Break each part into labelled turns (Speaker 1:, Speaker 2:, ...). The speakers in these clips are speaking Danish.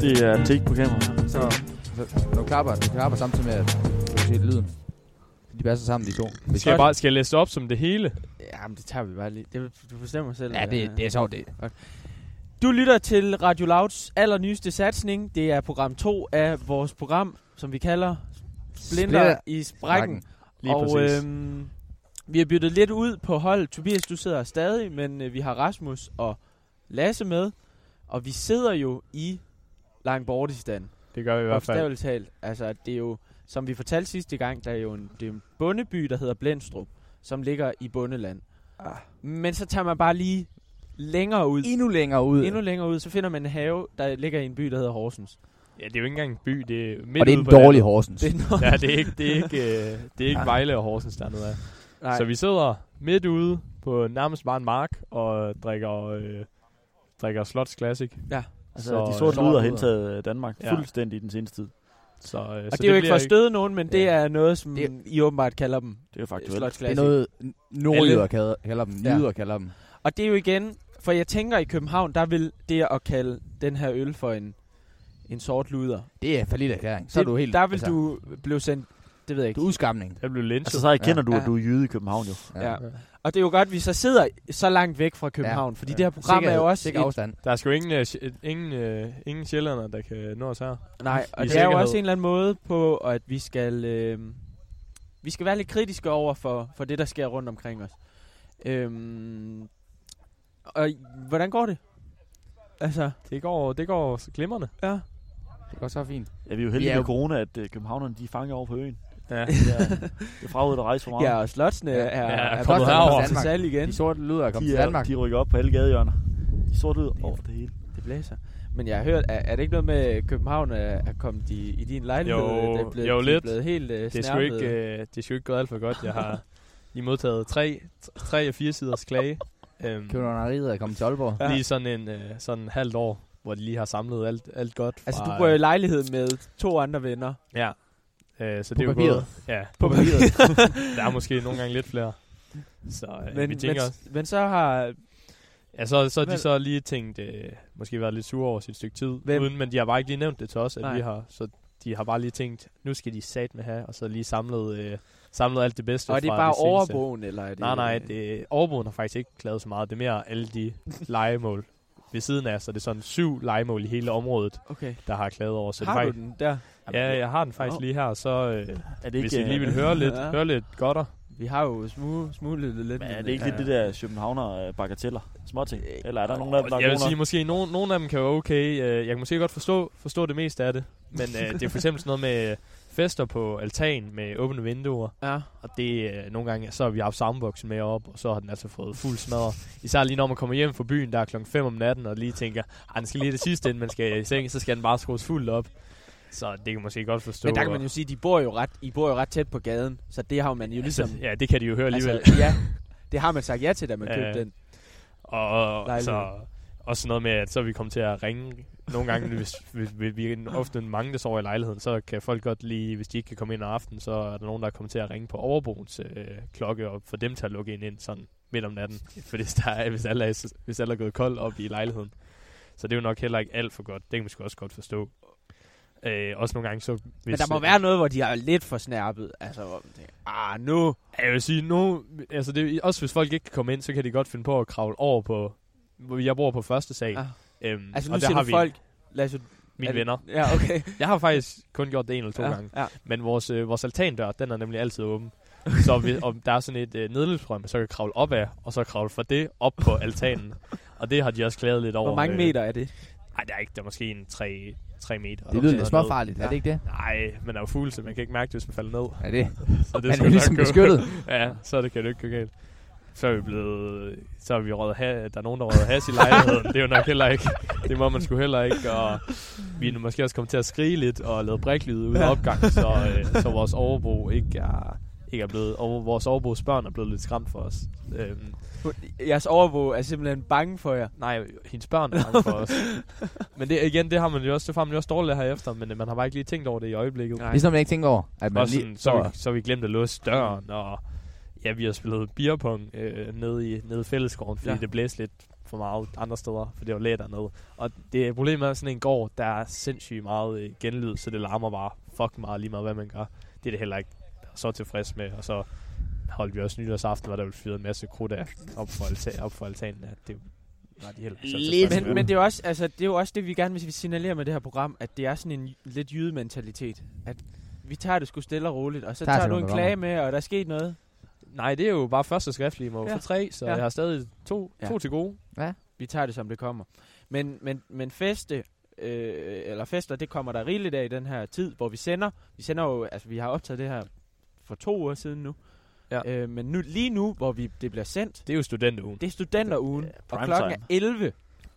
Speaker 1: Det er antik på kamera.
Speaker 2: Så når du klapper, du klapper samtidig med, at du kan se lyden. De passer sammen, de to.
Speaker 3: Skal jeg, bare, skal jeg læse det op som det hele?
Speaker 4: Ja, men det tager vi bare lige. Det, du bestemmer selv. øh.
Speaker 2: Ja, det, det er sjovt, det.
Speaker 4: Du lytter til Radio Louds allernyeste satsning. Det er program 2 af vores program, som vi kalder Splinter,
Speaker 2: Splitter
Speaker 4: i Sprækken.
Speaker 3: Lige
Speaker 4: og
Speaker 3: præcis.
Speaker 4: øhm, vi har byttet lidt ud på hold. Tobias, du sidder her stadig, men øh, vi har Rasmus og Lasse med. Og vi sidder jo i Langbortistan.
Speaker 3: Det gør vi i hvert fald.
Speaker 4: Bogstaveligt talt. Altså, det er jo, som vi fortalte sidste gang, der er jo en, det er en bondeby, der hedder Blendstrup, som ligger i bundeland.
Speaker 2: Ah.
Speaker 4: Men så tager man bare lige længere ud.
Speaker 2: Endnu længere ud.
Speaker 4: Endnu længere ud, så finder man en have, der ligger i en by, der hedder Horsens.
Speaker 3: Ja, det er jo ikke engang en by, det er midt
Speaker 2: og det er
Speaker 3: ude
Speaker 2: en
Speaker 3: på
Speaker 2: dårlig
Speaker 3: landet.
Speaker 2: Horsens.
Speaker 4: Det er noget,
Speaker 3: Ja, det er ikke, det er ikke, øh, det er ikke Vejle og Horsens dernede af.
Speaker 4: nej,
Speaker 3: Så vi sidder midt ude på nærmest bare en mark og drikker, øh, drikker Slots Classic.
Speaker 1: Altså,
Speaker 3: Så,
Speaker 1: de
Speaker 3: øh,
Speaker 1: sorte luder har indtaget øh, Danmark
Speaker 3: Ja.
Speaker 1: fuldstændig i den seneste tid.
Speaker 3: Så, øh,
Speaker 4: og det er jo ikke for at støde nogen, men det
Speaker 2: Ja.
Speaker 4: er noget, som
Speaker 2: Det-
Speaker 4: I åbenbart kalder dem.
Speaker 1: Det er jo
Speaker 4: øh,
Speaker 1: faktuelt.
Speaker 2: det er
Speaker 4: Slotsklassik.
Speaker 2: noget, n- nordjyder kalder, kalder dem,
Speaker 4: Ja.
Speaker 2: jyder kalder dem.
Speaker 4: Og det er jo igen, for jeg tænker i København, der vil det at kalde den her øl for en, en sort luder.
Speaker 2: Det er forlidt erklæring. Så
Speaker 4: det,
Speaker 2: er du helt...
Speaker 4: der vil du altså, blive sendt, det ved
Speaker 2: Du
Speaker 4: jeg ikke.
Speaker 2: er udskamning.
Speaker 3: Jeg blev lynchet.
Speaker 1: Altså, så erkender
Speaker 2: Ja.
Speaker 1: du, at
Speaker 4: Ja.
Speaker 1: du er jyde i København, jo.
Speaker 4: Ja. Og det er jo godt, at vi så sidder så langt væk fra København, ja. fordi det her program
Speaker 2: sikker,
Speaker 4: er jo også...
Speaker 2: Sikker
Speaker 4: et-
Speaker 2: afstand.
Speaker 3: Der er sgu ingen, øh, sj- ingen, øh, ingen sjællander, der kan nå os her.
Speaker 4: Nej, og
Speaker 3: I
Speaker 4: det er jo
Speaker 3: sikkerhed.
Speaker 4: også en eller anden måde på, at vi skal, øh, vi skal være lidt kritiske over for, for det, der sker rundt omkring os. Øhm, og i- hvordan går det? Altså,
Speaker 3: Det går, det går så glimrende.
Speaker 4: ja.
Speaker 2: Det går så fint.
Speaker 1: Ja, vi er jo heldige
Speaker 2: Ja,
Speaker 1: med
Speaker 2: jo.
Speaker 1: corona, at øh, københavnerne, de er fanget over på øen.
Speaker 3: Ja.
Speaker 1: Det er, det er frahovedet at rejse for meget.
Speaker 4: Ja, Ligesom- og slotsene er, er,
Speaker 3: Ja,
Speaker 4: er
Speaker 3: kommet
Speaker 4: blevet
Speaker 3: herover.
Speaker 4: til salg igen.
Speaker 2: De sorte lyder er kommet
Speaker 1: de,
Speaker 2: til
Speaker 1: er,
Speaker 2: Danmark.
Speaker 1: de rykker op på alle gadehjørner. De sorte ud over det hele.
Speaker 4: Det blæser. Men jeg har hørt, er, er det ikke noget med at København er, er kommet i, i din lejlighed?
Speaker 3: Jo,
Speaker 4: det er blevet,
Speaker 3: jo,
Speaker 4: de er
Speaker 3: lidt.
Speaker 4: blevet helt uh,
Speaker 3: Det er, sgu ikke, øh, det er sgu ikke gået alt for godt. Jeg har lige modtaget tre, tre og fire siders klage. Øhm,
Speaker 2: Københavneriet er kommet til Aalborg.
Speaker 4: Ja.
Speaker 3: lige sådan en øh, sådan en halvt år, hvor de lige har samlet alt, alt godt. Fra,
Speaker 4: Altså, du bor i lejlighed med to andre venner.
Speaker 3: Ja. Øh, så
Speaker 2: På
Speaker 3: det er jo
Speaker 2: papiret.
Speaker 3: gået. Ja,
Speaker 4: På papiret.
Speaker 3: der er måske nogle gange lidt flere. Så øh,
Speaker 4: men,
Speaker 3: vi tænker også.
Speaker 4: men, men så har...
Speaker 3: Ja, så, så har de
Speaker 4: Vel-
Speaker 3: så lige tænkt, øh, måske været lidt sure over sit stykke tid,
Speaker 4: Hvem?
Speaker 3: uden, men de har bare ikke lige nævnt det til os, at
Speaker 4: Nej.
Speaker 3: vi har, så de har bare lige tænkt, nu skal de sat med have, og så lige samlet, øh, samlet alt det bedste
Speaker 4: Og er det
Speaker 3: fra
Speaker 4: bare
Speaker 3: det seneste.
Speaker 4: overboen, eller er det...
Speaker 3: Nej, nej, det, overboen har faktisk ikke klaget så meget, det er mere alle de legemål ved siden af, så det er sådan syv legemål i hele området,
Speaker 4: Okay.
Speaker 3: der har klaget over. Så
Speaker 4: har
Speaker 3: det er
Speaker 4: du
Speaker 3: faktisk,
Speaker 4: den der?
Speaker 3: Ja, jeg har den faktisk
Speaker 4: Nå.
Speaker 3: lige her, så øh,
Speaker 1: Er det
Speaker 3: hvis
Speaker 1: ikke,
Speaker 3: I
Speaker 1: øh,
Speaker 3: lige vil høre lidt,
Speaker 4: Ja.
Speaker 3: høre lidt godter.
Speaker 4: Vi har jo smu- smuglet det lidt.
Speaker 1: men
Speaker 4: men,
Speaker 1: er det ikke
Speaker 4: øh,
Speaker 1: lidt det der københavner øh, bagateller? Småting? Eller er der nogen af dem, der er
Speaker 3: Jeg vil
Speaker 1: gode nok?
Speaker 3: sige, måske nogen, nogen af dem kan være okay. Øh, Jeg kan måske godt forstå, forstå det meste af det. Men øh, det er for eksempel sådan noget med øh, fester på altan med åbne vinduer.
Speaker 4: Ja,
Speaker 3: Og det øh, nogle gange, så har vi haft soundboxen med op, og så har den altså fået fuld smadret. Især lige når man kommer hjem fra byen, der er klokken 5 om natten, og lige tænker, at den skal lige det sidste, inden man skal i seng, så skal den bare skrues fuldt op. Så det kan man måske godt forstå.
Speaker 4: men der kan man jo sige, at de bor jo ret, I bor jo ret tæt på gaden, så det har jo man jo ligesom...
Speaker 3: Altså, ja, det kan de jo høre alligevel.
Speaker 4: altså, ja, det har man sagt ja til, da man
Speaker 3: Ja,
Speaker 4: købte
Speaker 3: ja.
Speaker 4: den.
Speaker 3: Og, og
Speaker 4: Lejlighed.
Speaker 3: altså, også noget med, at så er vi kommet til at ringe nogle gange, hvis, hvis, hvis vi er ofte mange, der sover i lejligheden, så kan folk godt lige, hvis de ikke kan komme ind om aftenen, så er der nogen, der er kommet til at ringe på overboens øh, klokke og få dem til at lukke ind ind sådan midt om natten, for hvis, der er, hvis, alle er, hvis alle er gået kold op i lejligheden. Så det er jo nok heller ikke alt for godt. Det kan man sgu også godt forstå. Øh, også nogle gange så... Hvis,
Speaker 4: Men der må
Speaker 3: øh,
Speaker 4: være noget, hvor de er lidt for snærpet. Altså, hvor man tænker, ah, nu...
Speaker 3: Ja, Jeg vil sige, nu, altså det, også hvis folk ikke kan komme ind, så kan de godt finde på at kravle over på, hvor jeg bor på første sal.
Speaker 4: Ah.
Speaker 3: Øhm,
Speaker 4: Altså,
Speaker 3: og
Speaker 4: nu
Speaker 3: der
Speaker 4: siger
Speaker 3: har
Speaker 4: du
Speaker 3: vi
Speaker 4: folk... Lad os, er
Speaker 3: mine
Speaker 4: det-
Speaker 3: venner.
Speaker 4: Ja, okay.
Speaker 3: Jeg har faktisk kun gjort det en eller to
Speaker 4: ja,
Speaker 3: ja. gange.
Speaker 4: Ja.
Speaker 3: Men vores, øh, vores altandør, den er nemlig altid åben. så vi, og der er sådan et øh, nedløbsrør, man så kan kravle op af, og så kravle fra det op på altanen. og det har de også klaget lidt over.
Speaker 4: Hvor mange
Speaker 3: øh,
Speaker 4: meter er det?
Speaker 3: Nej, der er ikke, der er måske en 3, 3 meter.
Speaker 2: Det
Speaker 3: eller
Speaker 2: lyder
Speaker 3: sådan
Speaker 2: lidt
Speaker 3: noget.
Speaker 2: småfarligt, er det ikke det?
Speaker 3: Nej, men der er jo fugle, så man kan ikke mærke det, hvis man falder ned.
Speaker 2: Er det?
Speaker 3: Så det
Speaker 2: Man er jo
Speaker 3: skal nok
Speaker 2: ligesom
Speaker 3: gå.
Speaker 2: beskyttet.
Speaker 3: Ja, så det kan det ikke gå galt. Så er vi blevet... Så er vi røget ha- Der er nogen, der røget has i lejligheden. det er jo nok heller ikke... Det må man sgu heller ikke. Og vi er måske også kommet til at skrige lidt og lave bræklyde ude af opgang, så, øh, så vores overbo ikke er, ikke er blevet... Og vores overbos børn er blevet lidt skræmt for os. Øhm,
Speaker 4: Jeres overvåg er simpelthen bange for jer.
Speaker 3: nej, hendes børn er bange for os. Men det, igen, det har man jo også, det får man jo også dårligt her efter, men øh, man har bare ikke lige tænkt over det i øjeblikket.
Speaker 4: Nej.
Speaker 2: Ligesom man ikke tænker over, at man
Speaker 3: Og sådan,
Speaker 2: lige...
Speaker 3: så, har vi, så har vi glemt at låse døren, og ja, vi har spillet beerpong øh, nede i nede i fællesgården, fordi
Speaker 4: Ja.
Speaker 3: ja. det blæste lidt for meget andre steder, for det var læger dernede. Og det problemet er, at sådan en gård, der er sindssygt meget øh, genlyd, så det larmer bare fucking meget lige meget, hvad man gør. Det er det heller ikke så tilfreds med, og så holdt vi også nytårsaften, hvor der blev fyret en masse krudt af op for, alta- op for altanen, at det var de heller ikke så tilfredse med.
Speaker 4: Men, men det, er jo også, altså, det er jo også det, vi gerne vil signalere med det her program, at det er sådan en j- lidt jydementalitet. At vi tager det sgu stille og roligt, og så
Speaker 2: Der
Speaker 4: der
Speaker 2: er
Speaker 4: tager du
Speaker 2: simpelthen
Speaker 4: en
Speaker 2: noget
Speaker 4: klage med, og der er sket noget.
Speaker 3: Nej, det er jo bare første skriftlige, må ja.
Speaker 4: Ja.
Speaker 3: få tre, så
Speaker 4: Ja.
Speaker 3: ja. jeg har stadig to,
Speaker 4: Ja.
Speaker 3: ja. to til gode.
Speaker 4: Vi tager det, som det kommer. Men, men, men feste, øh, eller fester, det kommer der rigeligt af i den her tid, hvor vi sender. Vi sender jo, altså vi har optaget det her for to uger siden nu.
Speaker 3: Ja.
Speaker 4: Øh, men nu, lige nu, hvor vi, det bliver sendt,
Speaker 3: Det er jo studenterugen.
Speaker 4: det er studenterugen,
Speaker 1: Ja,
Speaker 4: og
Speaker 1: prime
Speaker 4: klokken er
Speaker 1: time.
Speaker 4: 11.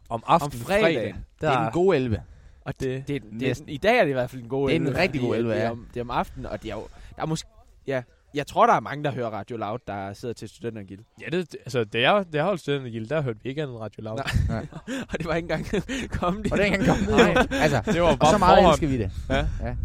Speaker 3: Om aftenen,
Speaker 2: Om fredagen.
Speaker 3: der
Speaker 2: Det er den
Speaker 3: er
Speaker 2: gode 11.
Speaker 4: Og
Speaker 3: det,
Speaker 4: Det, er- det, er-
Speaker 2: Næsten.
Speaker 4: I dag er det i hvert fald en god
Speaker 2: Det er en
Speaker 4: 11,
Speaker 2: rigtig
Speaker 4: fordi,
Speaker 2: god
Speaker 4: øh,
Speaker 2: 11,
Speaker 4: det, er
Speaker 2: ja.
Speaker 4: om, det er om aftenen, og det er jo... Der er måske, ja, jeg tror, der er mange, der hører Radio Loud, der sidder til studentergild.
Speaker 3: ja, det, det- altså, det er, det er holdt studentergild, der hørte vi ikke andet Radio Loud.
Speaker 4: Og det var ikke engang kommet
Speaker 2: Og den kan komme. Nej, altså.
Speaker 3: Det var
Speaker 2: Og
Speaker 3: bare
Speaker 2: så meget
Speaker 3: forhånd.
Speaker 2: elsker vi det.
Speaker 3: Ja.
Speaker 4: Ja.
Speaker 2: Altså,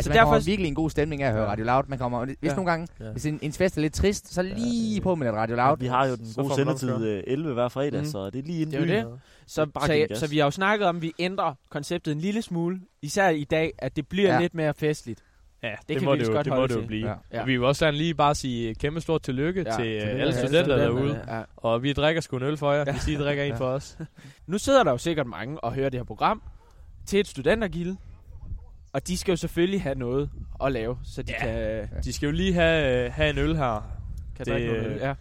Speaker 4: Så
Speaker 2: man kommer
Speaker 4: derfor-
Speaker 2: virkelig i en god stemning af at høre Radio Loud. Man kommer, hvis
Speaker 4: Ja.
Speaker 2: nogle gange,
Speaker 3: Ja.
Speaker 2: hvis en, ens fest er lidt trist, så lige
Speaker 3: det-
Speaker 2: på med lidt Radio Loud.
Speaker 1: Vi har jo den
Speaker 3: Så
Speaker 1: gode
Speaker 3: får man lov at
Speaker 1: sendetid øh, 11 hver fredag,
Speaker 3: Mhm.
Speaker 4: Mm.
Speaker 1: mm. så det er lige inden
Speaker 4: Det er jo
Speaker 1: byen.
Speaker 4: det. Så,
Speaker 1: Bare giv den
Speaker 4: så,
Speaker 1: gas.
Speaker 4: så vi har jo snakket om, at vi ændrer konceptet en lille smule. Især i dag, at det bliver
Speaker 2: Ja.
Speaker 4: ja. lidt mere festligt.
Speaker 3: Ja, det,
Speaker 4: kan
Speaker 3: må
Speaker 4: vi
Speaker 3: det,
Speaker 4: vist
Speaker 3: jo,
Speaker 4: godt
Speaker 3: det må
Speaker 4: holde
Speaker 3: det jo
Speaker 4: til.
Speaker 3: blive.
Speaker 2: Ja.
Speaker 3: Ja.
Speaker 4: Ja.
Speaker 3: Ja. Vi vil også gerne lige bare sige kæmpe stort tillykke
Speaker 4: Ja,
Speaker 3: ja, til
Speaker 2: tillykke
Speaker 3: øh,
Speaker 2: til
Speaker 3: alle studenter derude.
Speaker 4: Ja.
Speaker 3: Og vi drikker sgu en øl for jer, hvis I drikker en for os.
Speaker 4: Nu sidder der jo sikkert mange og hører det her program til et studentergild. Og de skal jo selvfølgelig have noget at lave, så de
Speaker 3: Ja.
Speaker 4: kan,
Speaker 3: De skal jo lige have, øh, have en øl her.
Speaker 4: kan
Speaker 3: Det,
Speaker 4: drikke noget.
Speaker 3: øh,
Speaker 4: øl. Ja.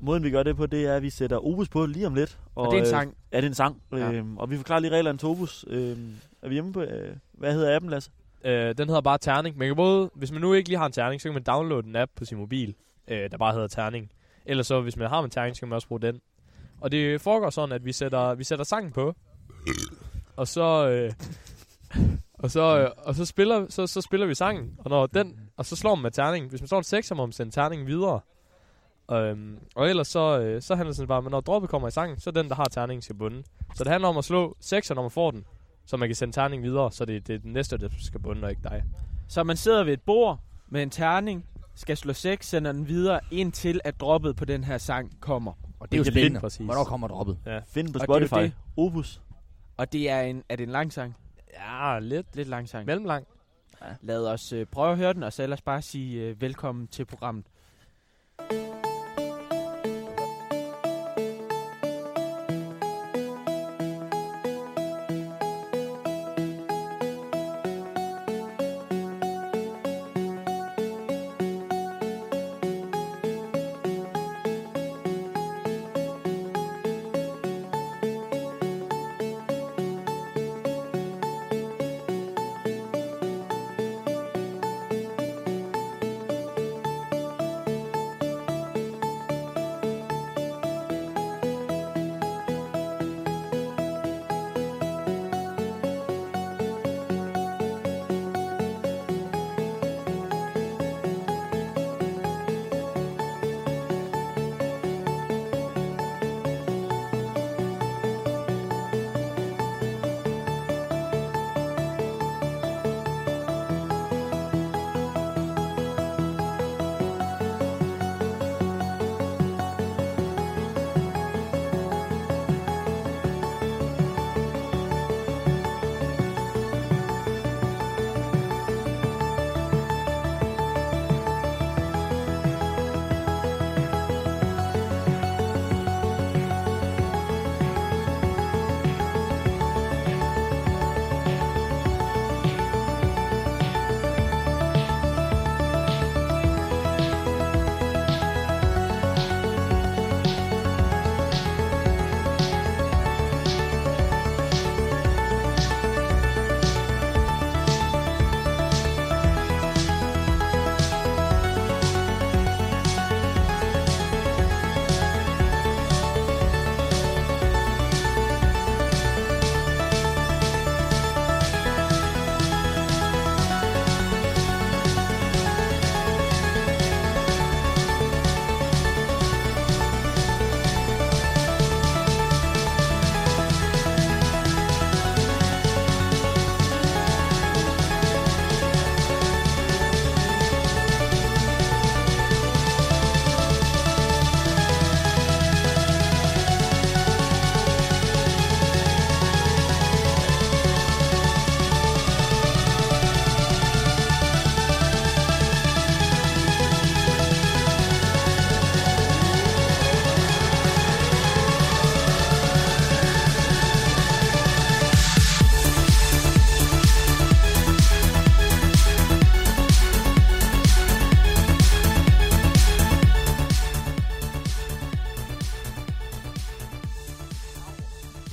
Speaker 1: Måden vi gør det på, det er, at vi sætter Opus på lige om lidt.
Speaker 4: Og, det er en
Speaker 1: øh,
Speaker 4: sang.
Speaker 1: Ja, det er en sang.
Speaker 4: Ja.
Speaker 1: Ja. Øhm, og vi forklarer lige reglerne til Opus. Øhm, er vi hjemme på... Øh, hvad hedder appen, Lasse?
Speaker 3: Øh, den hedder bare Terning. Man kan både, hvis man nu ikke lige har en Terning, så kan man downloade en app på sin mobil, øh, der bare hedder Terning. Eller så, hvis man har en Terning, så kan man også bruge den. Og det foregår sådan, at vi sætter, vi sætter sangen på, og så... Øh, og så, øh, og så, spiller, så, så spiller vi sangen, og, når den, og så slår man med terning. Hvis man slår en 6, så må man sende terningen videre. Øhm, og ellers så, øh, så handler det sådan bare, men når droppet kommer i sangen, så er den, der har terningen, skal bunde. Så det handler om at slå 6, når man får den, så man kan sende terningen videre, så det, det er den næste, der skal bunde, og ikke dig.
Speaker 4: Så man sidder ved et bord med en terning, skal slå 6, sender den videre, indtil at droppet på den her sang kommer.
Speaker 2: Og det er jo
Speaker 3: Det er
Speaker 2: spændende.
Speaker 3: lidt præcis.
Speaker 2: Hvornår kommer droppet?
Speaker 1: Find den på
Speaker 4: Og det er jo
Speaker 1: Spotify.
Speaker 4: det.
Speaker 1: Opus.
Speaker 4: Og det er en, er det en lang sang?
Speaker 3: Ja, lidt.
Speaker 4: Lidt lang sang.
Speaker 3: Mellemlang.
Speaker 4: Lad os øh, prøve at høre den, og så ellers bare sige øh, velkommen til programmet.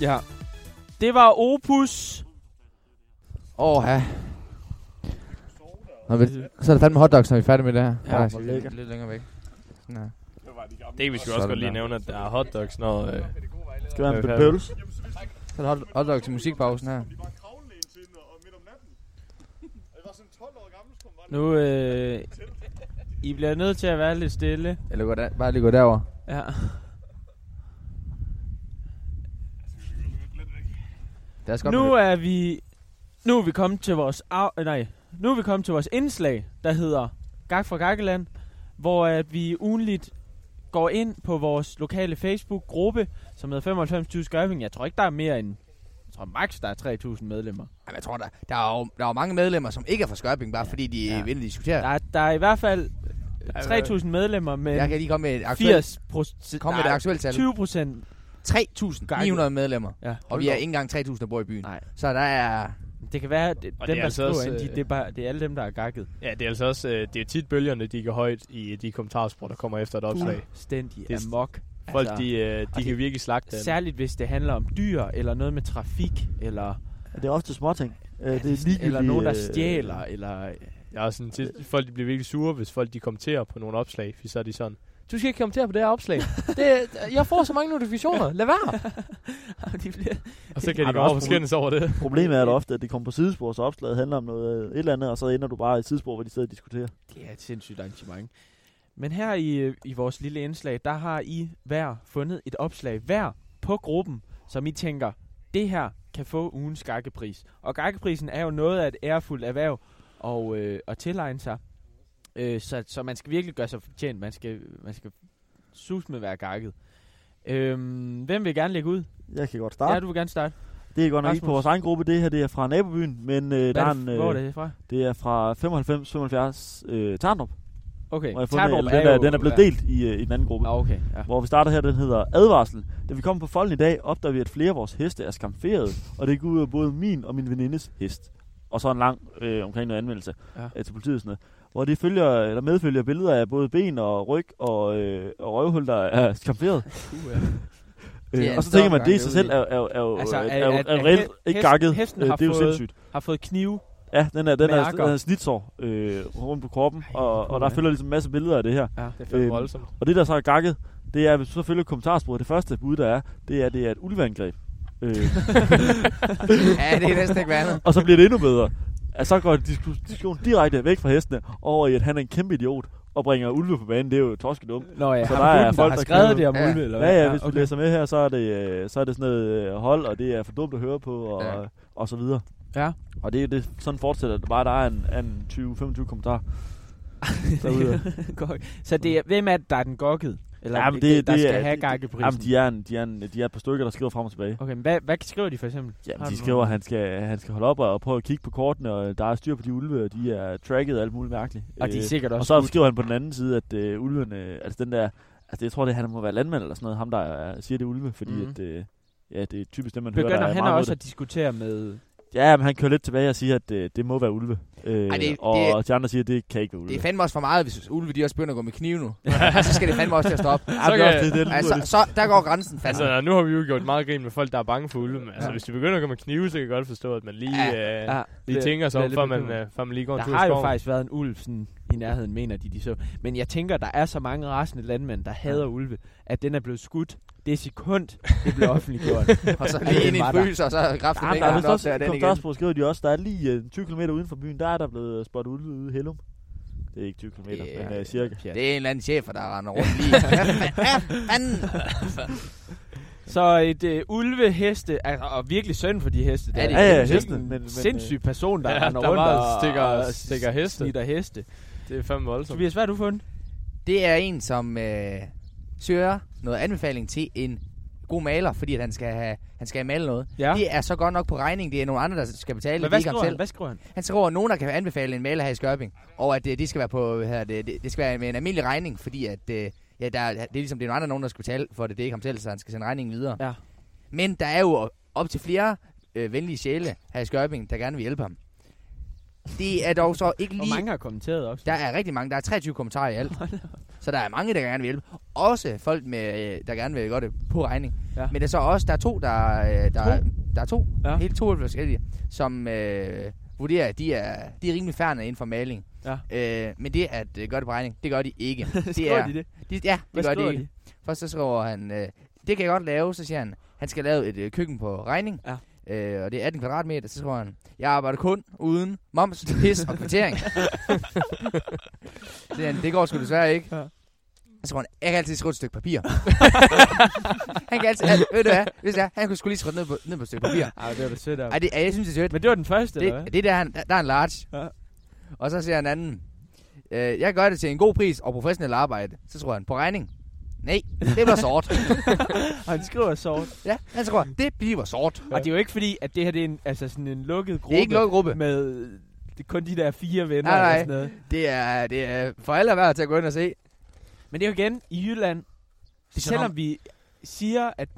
Speaker 4: Ja. Det var Opus.
Speaker 2: Åh, ja. Nå, vel, så er det fandme hotdogs, når vi er færdige med det her.
Speaker 4: Ja,
Speaker 2: Faktisk.
Speaker 1: hvor lækkert.
Speaker 2: Lidt længere væk. Sådan her.
Speaker 3: Det kan vi sgu også
Speaker 2: Sådan
Speaker 3: godt lige
Speaker 2: der.
Speaker 3: nævne, at der er hotdogs, når... Øh,
Speaker 1: Skal være en
Speaker 3: Ja,
Speaker 1: bøtte
Speaker 3: ja.
Speaker 1: pølse.
Speaker 2: Så er der hot- hotdogs i musikpausen her.
Speaker 4: Nu, øh, I bliver nødt til at være lidt stille.
Speaker 2: Eller gå der, bare lige gå derover.
Speaker 4: Ja.
Speaker 2: Det er sgu
Speaker 4: Nu
Speaker 2: er...
Speaker 4: er vi nu er vi kommet til vores af, øh, nej, nu er vi kommet til vores indslag, der hedder Gak fra Gakkeland, hvor at vi ugenligt går ind på vores lokale Facebook gruppe, som hedder 9520 Skørping. Jeg tror ikke der er mere end jeg tror max der er 3000 medlemmer.
Speaker 2: Jamen, jeg tror, der, der, er jo, der er jo mange medlemmer, som ikke er fra Skørping, bare fordi de
Speaker 4: Ja.
Speaker 2: ja. vil diskutere.
Speaker 4: Der er, der er i hvert fald
Speaker 3: er-
Speaker 4: 3000 medlemmer
Speaker 2: Jeg
Speaker 4: med
Speaker 2: kan lige komme med et aktuelt,
Speaker 4: 80 procent,
Speaker 2: komme med et aktuelt tal.
Speaker 4: 20 procent.
Speaker 2: 3.900 medlemmer.
Speaker 4: Ja,
Speaker 2: Og vi er ikke engang 3.000, der bor i byen.
Speaker 4: Nej,
Speaker 2: Så der er...
Speaker 4: det kan være, at det,
Speaker 3: Og
Speaker 4: dem,
Speaker 3: det er
Speaker 4: der
Speaker 3: altså
Speaker 4: skriver
Speaker 3: også,
Speaker 4: ind, de,
Speaker 3: øh,
Speaker 4: det, er bare, det er alle dem, der er gakket.
Speaker 3: ja, det er altså også... Øh, det er jo tit bølgerne, de går højt i øh, de kommentarspor, der kommer efter et opslag.
Speaker 4: Fuldstændig
Speaker 3: Det er-
Speaker 4: amok.
Speaker 3: Folk,
Speaker 4: Altså-
Speaker 3: de, øh, de kan virkelig slagte dem.
Speaker 4: Særligt hvis det handler om dyr, eller noget med trafik, eller,
Speaker 1: Det er ofte småting. Øh, det er ligegyldigt,
Speaker 4: eller nogen, der
Speaker 1: øh,
Speaker 4: stjæler, eller...
Speaker 3: Jeg er sådan tit, folk de bliver virkelig sure, hvis folk de kommenterer på nogle opslag, fordi så er de sådan, du skal ikke kommentere på det her opslag. det, er- jeg får så mange notifikationer, lad være.
Speaker 4: de bliver...
Speaker 3: Og så
Speaker 1: Har
Speaker 3: kan de
Speaker 1: du
Speaker 3: gå op
Speaker 1: også
Speaker 3: og skændes over det.
Speaker 1: øh, Problemet er da ofte, at det kommer på sidespor, så opslaget handler om noget, øh, et eller andet, og så ender du bare i et sidespor, hvor de sidder og diskuterer.
Speaker 4: Det er et sindssygt arrangement. Men her i, øh, i vores lille indslag, der har I hver fundet et opslag hver på gruppen, som I tænker, det her kan få ugens gakkepris. Og gakkeprisen er jo noget af et ærefuldt erhverv og, øh, at tilegne sig. Øh, så, så man skal virkelig gøre sig fortjent. Man skal, man skal sus med at være gakket. Øhm, hvem vil gerne lægge ud?
Speaker 1: Jeg kan godt
Speaker 4: Ja,
Speaker 1: starte.
Speaker 4: du vil gerne starte.
Speaker 1: Det er godt nok ikke på
Speaker 4: Rasmus.
Speaker 1: vores egen gruppe. Det her det er fra nabobyen, men øh, der
Speaker 4: Hvad
Speaker 1: er
Speaker 4: er det,
Speaker 1: en,
Speaker 4: hvor er
Speaker 1: øh,
Speaker 4: det fra?
Speaker 1: det er fra 95-75 øh, Tarndrup.
Speaker 4: Okay,
Speaker 1: Hvor jeg har fundet,
Speaker 4: Tarborg
Speaker 1: eller den,
Speaker 4: jo-
Speaker 1: der, den er blevet
Speaker 4: ja.
Speaker 1: delt i, øh, i den anden gruppe.
Speaker 4: Nå, okay, ja.
Speaker 1: Hvor vi starter her, den hedder Advarsel. Da vi kom på folden i dag, opdager vi, at flere af vores heste er skamferet, og det går ud af både min og min venindes hest. Og så en lang øh, omkring noget anmeldelse
Speaker 4: Ja.
Speaker 1: ja. øh, til politiet og sådan noget. Hvor det følger, eller medfølger billeder af både ben og ryg og, øh, og røvhul, der er skamferet.
Speaker 2: Det er
Speaker 1: Øh,
Speaker 2: en
Speaker 1: og så tænker
Speaker 2: stor
Speaker 1: man, det i
Speaker 2: gang
Speaker 1: sig selv er,
Speaker 2: derude
Speaker 1: er, er, er, jo-
Speaker 4: Altså,
Speaker 1: er,
Speaker 4: at-
Speaker 1: er,
Speaker 4: at-
Speaker 1: er,
Speaker 4: at
Speaker 1: er reelt
Speaker 4: he-
Speaker 1: ikke
Speaker 4: hesten-
Speaker 1: gakket.
Speaker 4: hesten
Speaker 1: Øh,
Speaker 4: har
Speaker 1: det er jo
Speaker 4: fået-
Speaker 1: sindssygt.
Speaker 4: Har fået knive.
Speaker 1: Ja, den er, den er,
Speaker 4: mærker.
Speaker 1: den er snitsår øh, rundt på kroppen,
Speaker 4: Ej,
Speaker 1: og,
Speaker 4: hvor
Speaker 1: og der
Speaker 4: cool,
Speaker 1: følger ligesom en masse billeder af det her.
Speaker 4: Ja.
Speaker 3: Det er fandme
Speaker 1: Øhm,
Speaker 3: voldsomt.
Speaker 1: Og det, der så er gakket, det er, hvis du så følger kommentarsporet, det første bud, der er, det er, at det er et ulveangreb. Øh,
Speaker 2: Ja, det er næsten ikke værende.
Speaker 1: og så bliver det endnu bedre. Altså, så går diskussionen direkte væk fra hestene over i, at han er en kæmpe idiot og bringer ulve på banen. Det er jo tosket dumt.
Speaker 4: Nå ja,
Speaker 1: Så
Speaker 4: ham
Speaker 1: der er
Speaker 4: gutten,
Speaker 1: folk,
Speaker 4: har
Speaker 1: der
Speaker 4: skrevet
Speaker 1: køber-
Speaker 4: det om
Speaker 2: Ja.
Speaker 4: ulve, eller hvad?
Speaker 1: Ja, ja, hvis du
Speaker 4: okay.
Speaker 1: læser med her, så er det, øh, så er det sådan noget øh, hold, og det er for dumt at høre på, og,
Speaker 2: Ja.
Speaker 1: og så videre.
Speaker 4: Ja.
Speaker 1: Og det, er det sådan fortsætter det bare, der er en, en 20-25 kommentar. derude.
Speaker 4: Godt. Så det er, hvem er det, der er den gokket? Eller
Speaker 1: Jamen, det-
Speaker 4: der
Speaker 1: det
Speaker 4: skal
Speaker 1: er-
Speaker 4: have
Speaker 1: det-
Speaker 4: gakkeprisen?
Speaker 1: Jamen, de er, en, de, er en, de er et par stykker, der skriver frem og tilbage.
Speaker 4: Okay, men hvad, hvad skriver de for eksempel? Har
Speaker 1: Jamen,
Speaker 4: du
Speaker 1: de
Speaker 4: nogen?
Speaker 1: skriver, at han skal, han skal holde op og prøve at kigge på kortene, og der er styr på de ulve, og de er tracket og alt muligt mærkeligt.
Speaker 4: Og de er
Speaker 1: Øh,
Speaker 4: sikkert
Speaker 1: og
Speaker 4: også
Speaker 1: så
Speaker 4: skudt.
Speaker 1: skriver han på den anden side, at øh, ulvene, altså den der, altså jeg tror, det er, han må være landmand eller sådan noget, ham der er, siger det er ulve, fordi
Speaker 4: Mhm.
Speaker 1: mm. at, øh, ja, det er typisk det, man hører, der
Speaker 4: Begynder
Speaker 1: er
Speaker 4: han
Speaker 1: meget mod
Speaker 4: også
Speaker 1: det.
Speaker 4: at diskutere med...
Speaker 1: Ja, men han kører lidt tilbage og siger, at øh, det må være ulve. Øh,
Speaker 2: Ej, det-
Speaker 1: og
Speaker 2: det-
Speaker 1: de andre siger, at det kan ikke være ulve.
Speaker 2: Det er fandme også for meget, hvis ulve de også begynder at gå med knive nu. så skal det fandme også til at stoppe.
Speaker 1: ja, det, er
Speaker 3: kan-
Speaker 1: også, det, det, er lidt
Speaker 2: Altså,
Speaker 1: urealistisk.
Speaker 2: så der går grænsen fandme.
Speaker 3: Altså, nu har vi jo gjort meget grin med folk, der er bange for ulve, men altså,
Speaker 2: Ja.
Speaker 3: hvis de begynder at komme med knive, så kan jeg godt forstå, at man lige, ja, øh, lige
Speaker 4: det-
Speaker 3: tænker sig
Speaker 4: det er
Speaker 3: om,
Speaker 4: lidt
Speaker 3: før man,
Speaker 4: bekymrende.
Speaker 3: øh, før man lige går en tur i
Speaker 4: Der har
Speaker 3: skoven.
Speaker 4: jo faktisk været en ulv sådan, i nærheden, mener de, de så. Men jeg tænker, der er så mange rasende landmænd, der hader ulve, at den er blevet skudt det sekund, det blev offentliggjort.
Speaker 2: og så
Speaker 4: Ej,
Speaker 2: lige
Speaker 4: den
Speaker 2: ind i
Speaker 4: var
Speaker 2: en
Speaker 4: der.
Speaker 2: fryser, og så kraften
Speaker 1: Ja,
Speaker 2: ja,
Speaker 1: men der er
Speaker 2: længere
Speaker 1: vist
Speaker 2: op der
Speaker 1: også,
Speaker 2: den igen.
Speaker 1: kommentarspor skriver de også, der er lige øh, 20 km uden for byen, der er der blevet øh, spottet ulve ude i Hellum. Det er ikke 20 km,
Speaker 2: Ja,
Speaker 1: men øh, cirka.
Speaker 4: Ja.
Speaker 2: Det er en eller anden chef, der render rundt lige. Hvad fanden?
Speaker 4: Så et øh, ulveheste, altså, og virkelig synd for de heste. øh, Der.
Speaker 2: Ja, det er
Speaker 1: Ja, ja,
Speaker 2: sindssygt.
Speaker 1: hestene. Men,
Speaker 4: En
Speaker 1: men,
Speaker 4: sindssyg person, der
Speaker 3: Ja,
Speaker 4: render
Speaker 3: der
Speaker 4: rundt
Speaker 3: bare
Speaker 4: og,
Speaker 3: stikker-
Speaker 4: og
Speaker 3: stikker heste.
Speaker 4: Snitter heste.
Speaker 3: Det er fandme voldsomt.
Speaker 4: Tobias, hvad har du fundet?
Speaker 2: Det er en, som øh, søger noget anbefaling til en god maler, fordi at han skal have, han skal have malet noget.
Speaker 4: Ja.
Speaker 2: Det er så godt nok på regning. Det er nogle andre, der skal betale.
Speaker 4: Men
Speaker 2: det
Speaker 4: hvad
Speaker 2: er ikke ham
Speaker 4: skriver han?
Speaker 2: selv.
Speaker 4: Hvad skriver han?
Speaker 2: Han skriver, at nogen, der kan anbefale en maler her i Skørping, og at øh, det, det skal være på, hvad hedder det, det, det skal være med en almindelig regning, fordi at, øh, ja, der, er- det er ligesom, det er nogle andre, nogen, der skal betale for det. Det er ikke ham selv, så han skal sende regningen videre.
Speaker 4: Ja.
Speaker 2: Men der er jo op til flere øh, venlige sjæle her i Skørping, der gerne vil hjælpe ham. Det er dog så ikke
Speaker 4: Hvor
Speaker 2: lige...
Speaker 4: mange har kommenteret også?
Speaker 2: Der er rigtig mange. Der er 23 kommentarer i alt. Så der er mange, der gerne vil hjælpe. Også folk, med, øh, der gerne vil gøre det på regning.
Speaker 4: Ja.
Speaker 2: Ja. Men det er så også, der er to, der, øh, der,
Speaker 4: To?
Speaker 2: der er to,
Speaker 4: Ja.
Speaker 2: ja. helt to forskellige, som øh, vurderer, at de er, de er rimelig færdige inden for maling.
Speaker 4: Ja.
Speaker 2: Øh, men det at øh, gøre det på regning, det gør de ikke. det
Speaker 4: Skriver
Speaker 2: er,
Speaker 4: de det?
Speaker 2: de, ja,
Speaker 4: Hvad
Speaker 2: det gør de
Speaker 4: skriver
Speaker 2: ikke.
Speaker 4: de?
Speaker 2: Først så skriver han, øh, det kan jeg godt lave, så siger han, han skal lave et øh, køkken på regning.
Speaker 4: Ja.
Speaker 2: Øh, og det er 18 kvadratmeter, så skriver han, jeg arbejder kun uden moms, pis og kvittering. så siger han, det går sgu desværre ikke.
Speaker 4: Ja.
Speaker 2: Ja. Så skriver han, jeg kan altid skrive et stykke papir. han kan altid, al- ved du hvad, hvis det er, han kunne sgu lige skrive ned på, ned på et stykke papir.
Speaker 4: Ej, det var da sødt af
Speaker 2: Ej, det, ej, jeg synes, det er sødt.
Speaker 4: Men det var den første, eller hvad?
Speaker 2: Det, det der, han, der, der er en large.
Speaker 4: Ja.
Speaker 2: Ja. Og så siger en anden, øh, jeg gør det til en god pris og professionel arbejde. Så tror han, på regning. Nej, det bliver sort.
Speaker 4: Og han skriver sort.
Speaker 2: ja, han tror, det bliver sort.
Speaker 4: Og det er jo ikke fordi, at det her det er en, altså sådan en lukket gruppe.
Speaker 2: Det er ikke lukket gruppe.
Speaker 4: Med det er kun de der fire venner
Speaker 2: Nej, nej.
Speaker 4: eller sådan noget.
Speaker 2: Det er, det er for alle værd til at gå ind og se.
Speaker 4: Men det er jo igen i Jylland,
Speaker 2: er sådan
Speaker 4: selvom vi siger, at...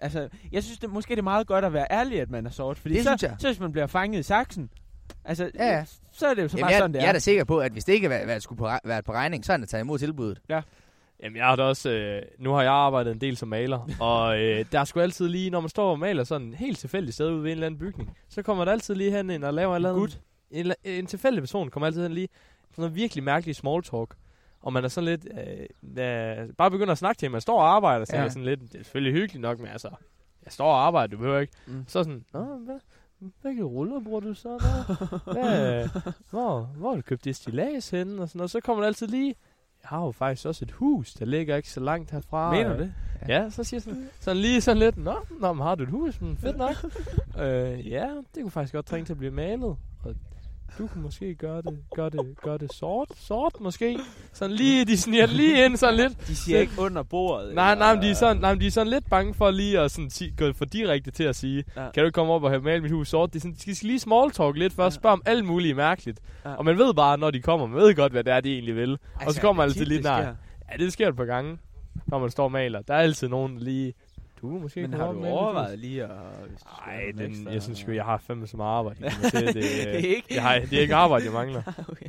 Speaker 4: Altså, jeg synes det, måske det er meget godt at være ærlig, at man er sort. Fordi
Speaker 2: Det
Speaker 4: så,
Speaker 2: synes jeg.
Speaker 4: så hvis man bliver fanget i saksen, altså,
Speaker 2: Ja, ja.
Speaker 4: så er det jo så
Speaker 2: Jamen,
Speaker 4: bare
Speaker 2: jeg,
Speaker 4: sådan, det
Speaker 2: jeg er
Speaker 4: er.
Speaker 2: da sikker på, at hvis det ikke var, var, skulle på, re- været på regning, så er han da taget imod tilbuddet.
Speaker 3: Jamen, jeg har da også... Øh, nu har jeg arbejdet en del som maler, og øh, der er sgu altid lige, når man står og maler sådan en helt tilfældig sted ude ved en eller anden bygning, så kommer der altid lige hen en og laver en eller anden...
Speaker 4: Gut.
Speaker 3: En, eller- en tilfældig person kommer altid hen lige sådan noget virkelig mærkelig small talk. Og man er sådan lidt... Øh, øh, bare begynder at snakke til ham. Man står og arbejder, så
Speaker 2: Ja.
Speaker 3: ja. er sådan lidt... Det er selvfølgelig hyggeligt nok, men altså... Jeg står og arbejder, du behøver ikke...
Speaker 4: Mm.
Speaker 3: Mm. Så sådan... Nå, hvad, hvilke ruller bruger du så? Hvad, hvad, hvor, hvor har du købt det stilas henne? Og, sådan, og så kommer der altid lige... Jeg har jo faktisk også et hus, der ligger ikke så langt herfra.
Speaker 4: Mener du
Speaker 3: Øh,
Speaker 4: det?
Speaker 3: Ja, så siger jeg sådan, sådan lige sådan lidt, Nå, nå men har du et hus? Men fedt nok. øh, ja, det kunne faktisk godt trænge til at blive malet. Og du kunne måske gøre det, gøre det, gøre det sort, sort måske. Sådan lige, de sniger lige ind sådan lidt.
Speaker 4: De siger ikke under bordet.
Speaker 3: Nej,
Speaker 4: eller-
Speaker 3: nej, men de er sådan, nej, men de er sådan lidt bange for lige at sådan sige, gå for direkte til at sige,
Speaker 4: Ja.
Speaker 3: ja. kan du ikke komme op og have malet mit hus sort? De, er sådan, de skal lige small talk lidt først, spørge om alt muligt mærkeligt.
Speaker 4: Ja.
Speaker 3: Ja. Og man ved bare, når de kommer, man ved godt, hvad det er, de egentlig vil. Altså, og
Speaker 2: Altså,
Speaker 3: så kommer
Speaker 4: Det er
Speaker 3: altid
Speaker 4: tit,
Speaker 3: lige,
Speaker 4: det
Speaker 3: nej,
Speaker 4: sker.
Speaker 3: ja, det sker et par gange, når man står og maler. Der er altid nogen, der lige, du kunne måske
Speaker 4: Men
Speaker 3: kunne
Speaker 4: har
Speaker 3: op
Speaker 4: du
Speaker 3: og male mit hus."
Speaker 4: overvejet lige at... hvis du skulle
Speaker 3: Nej,
Speaker 4: have en
Speaker 3: den,
Speaker 4: ekstra-
Speaker 3: jeg synes sgu, jeg har fandme så meget arbejde. jeg kommer til, det,
Speaker 4: Det er ikke-
Speaker 3: det, har, det er ikke arbejde, jeg mangler.
Speaker 4: okay.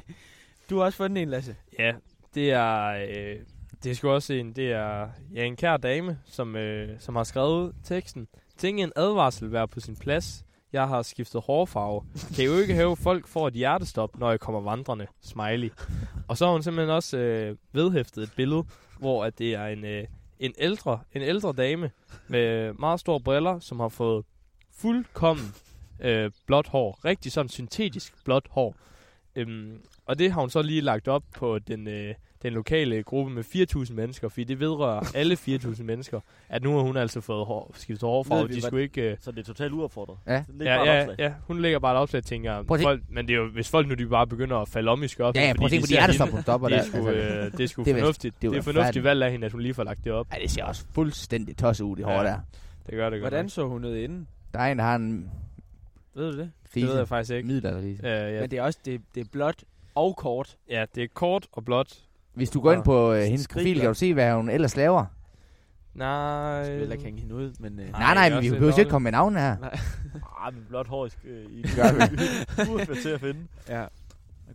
Speaker 4: Du har også fundet en, Lasse.
Speaker 3: Ja, det er... Øh, det er sgu også en, det er ja, en kær dame, som, øh, som har skrevet teksten. Tænk en advarsel være på sin plads. Jeg har skiftet hårfarve. Kan jo ikke have folk får et hjertestop, når jeg kommer vandrende. Smiley. Og så har hun simpelthen også øh, vedhæftet et billede, hvor at det er en, øh, en, ældre, en ældre dame med meget store briller, som har fået fuldkommen øh, blåt hår. Rigtig sådan syntetisk blåt hår. Øhm, og det har hun så lige lagt op på den, øh, den lokale gruppe med 4.000 mennesker, fordi det vedrører alle 4.000 mennesker, at nu har hun altså fået hår, skiftet hårfarve.
Speaker 1: Ved vi,
Speaker 3: De
Speaker 1: hvad-
Speaker 3: skulle ikke... Øh,
Speaker 1: Så det er totalt uopfordret.
Speaker 2: Ja.
Speaker 1: Det er
Speaker 3: ja,
Speaker 1: bare et
Speaker 3: ja,
Speaker 1: opslag.
Speaker 3: ja, hun lægger bare et opslag, tænker jeg.
Speaker 2: Prøv at se-
Speaker 3: Folk, men det er jo, hvis folk nu de bare begynder at falde om i skørpet,
Speaker 2: Ja, ja, prøv at
Speaker 3: fordi
Speaker 2: tænke på de
Speaker 3: ser
Speaker 2: hjertestop,
Speaker 3: hende,
Speaker 2: hun stopper
Speaker 3: Det
Speaker 2: der.
Speaker 3: er sgu,
Speaker 2: Altså,
Speaker 3: øh, det er sgu
Speaker 2: det er-
Speaker 3: fornuftigt.
Speaker 2: det er
Speaker 3: Det er
Speaker 2: forfærdeligt.
Speaker 3: fornuftigt valg af hende, at hun lige får lagt det op.
Speaker 2: Ej, det ser også fuldstændig tosset ud, det
Speaker 3: Ja.
Speaker 2: hår der.
Speaker 3: Det gør det godt.
Speaker 4: Hvordan
Speaker 3: Hvordan?
Speaker 4: så hun noget inden?
Speaker 2: Der er en, der har en
Speaker 4: Ved du det?
Speaker 3: Det ved
Speaker 2: frise,
Speaker 3: jeg faktisk ikke.
Speaker 2: middelalderlige.
Speaker 3: Øh, ja,
Speaker 4: Men det er også det, det er blåt og kort.
Speaker 3: ja, det er kort og blot.
Speaker 2: Hvis du går ind på øh, hendes
Speaker 1: Skriger.
Speaker 2: profil, kan du se, hvad hun ellers laver.
Speaker 3: Nej.
Speaker 2: Øh.
Speaker 4: Jeg vil heller ikke hænge hende ud, men... Øh,
Speaker 3: Nej,
Speaker 2: Nej, nej,
Speaker 3: det er
Speaker 2: men vi
Speaker 3: også
Speaker 2: behøver
Speaker 3: lidt
Speaker 2: ikke komme med navn her.
Speaker 1: Ah, men blot hår i, sk- øh, i
Speaker 2: Gør vi.
Speaker 1: Uafført til at finde.
Speaker 4: ja.
Speaker 1: Jeg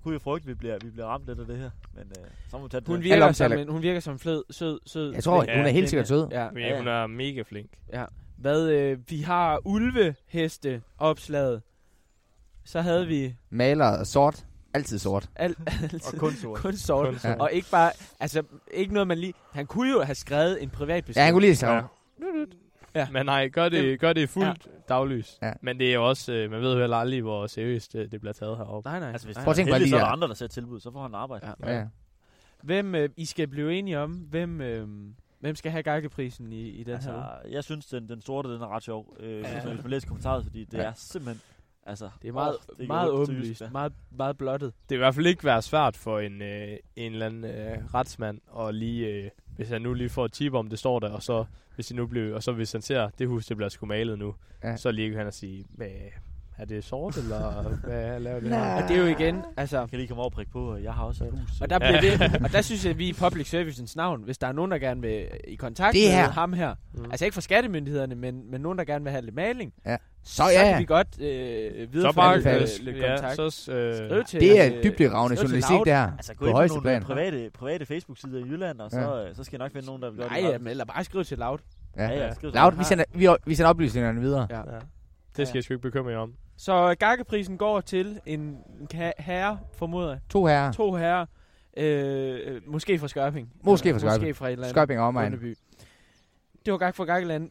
Speaker 1: kunne jo frygte, at vi bliver, vi bliver ramt lidt af det her. Men øh, så må vi tage det.
Speaker 4: Hun
Speaker 1: der.
Speaker 4: virker, som
Speaker 2: omtaler-
Speaker 4: en, hun virker som flød, sød, sød.
Speaker 2: Jeg tror,
Speaker 4: flink
Speaker 3: hun er
Speaker 2: helt
Speaker 4: kvinde.
Speaker 2: sikkert sød.
Speaker 4: Ja,
Speaker 3: Men ja, hun
Speaker 4: ja.
Speaker 3: er mega flink.
Speaker 4: ja. Hvad, øh, vi har ulveheste opslaget. Så havde vi
Speaker 2: Maler sort. Altid sort.
Speaker 4: alt,
Speaker 1: Og
Speaker 4: altid
Speaker 1: kun sort.
Speaker 4: kun sort.
Speaker 3: Kun
Speaker 2: sort.
Speaker 4: Og ikke bare, altså ikke noget, man lige... Han kunne jo have skrevet en privat besked.
Speaker 2: Ja, han kunne lige skrive.
Speaker 4: Ja.
Speaker 3: Ja. Men nej, gør det, gør det i fuldt ja. daglys.
Speaker 2: Ja.
Speaker 3: Ja. Men det er jo også, øh, man ved jo heller aldrig, hvor seriøst øh, det bliver taget heroppe.
Speaker 4: Nej, nej.
Speaker 1: Altså, hvis
Speaker 4: nej.
Speaker 1: han
Speaker 2: Prøv
Speaker 1: er
Speaker 2: at tænke på
Speaker 1: heldig,
Speaker 2: alle de
Speaker 1: så er der
Speaker 2: her.
Speaker 1: andre, der ser tilbud. Så får han arbejde.
Speaker 4: Ja.
Speaker 1: Ja.
Speaker 2: Ja.
Speaker 4: Hvem, øh, I skal blive enige om, hvem, øh, hvem skal have gakkeprisen i, i den altså, her uge?
Speaker 1: Altså, jeg synes, den, den sorte, den er ret sjov. Øh,
Speaker 4: Ja.
Speaker 1: ja. Hvis man læser kommentaret, fordi det
Speaker 2: Ja.
Speaker 1: ja. er simpelthen... Altså,
Speaker 4: Det er meget,
Speaker 1: åh,
Speaker 4: oh,
Speaker 1: kan
Speaker 4: meget
Speaker 1: jo ikke seriøst
Speaker 4: åbenlyst,
Speaker 1: være.
Speaker 4: meget, meget blottet.
Speaker 3: Det vil i hvert fald ikke være svært for en, øh, en eller anden øh, retsmand, og lige, øh, hvis han nu lige får et tip om, det står der, og så hvis, det nu blev, og så hvis han ser, det hus, det bliver sgu malet nu,
Speaker 2: Ja.
Speaker 3: ja. så lige kan han at sige, "Mæh, er det sort, eller hvad laver det
Speaker 4: Og
Speaker 3: her?
Speaker 4: det er jo igen, altså...
Speaker 1: Jeg kan lige komme over og prikke på, og jeg har også et hus.
Speaker 4: Og der, bliver det, og der synes jeg, at vi i public servicens navn, hvis der er nogen, der gerne vil i kontakt
Speaker 2: Det her.
Speaker 4: med ham her,
Speaker 3: Mm.
Speaker 4: altså ikke fra skattemyndighederne, men, men nogen, der gerne vil have lidt maling,
Speaker 2: Så
Speaker 4: så
Speaker 2: ja,
Speaker 4: kan vi godt øh,
Speaker 3: Så
Speaker 4: videre
Speaker 3: bare,
Speaker 2: anbefale-
Speaker 3: øh,
Speaker 4: lidt
Speaker 3: ja,
Speaker 4: kontakt.
Speaker 3: så, øh,
Speaker 4: Skriv til,
Speaker 2: det
Speaker 4: øh,
Speaker 2: er dybderavende
Speaker 4: skriv til
Speaker 2: journalistik,
Speaker 4: Laud.
Speaker 2: det her.
Speaker 1: Altså, gå
Speaker 2: På
Speaker 1: ind på
Speaker 2: højeste
Speaker 1: nogle
Speaker 2: plan.
Speaker 1: private, private Facebook-sider i Jylland, og så, øh, så skal jeg nok finde nogen, der vil gøre
Speaker 4: Nej,
Speaker 1: det.
Speaker 4: jamen, eller bare skriv til Loud.
Speaker 2: Ja.
Speaker 1: skriv til
Speaker 2: Laut,
Speaker 1: mig.
Speaker 2: vi sender, vi, vi sender oplysningerne videre.
Speaker 4: Ja.
Speaker 3: ja. Det skal jeg sgu ikke bekymre jer om.
Speaker 4: Så øh, gakkeprisen går til en ka- herre, formoder jeg.
Speaker 2: To herrer.
Speaker 4: To herrer. Øh, måske fra Skørping.
Speaker 2: Måske
Speaker 4: Eller
Speaker 2: fra Skørping.
Speaker 4: Måske fra et eller andet.
Speaker 2: Skøbing og omegn.
Speaker 4: Bondeby. Det var Gak fra Gakkeland.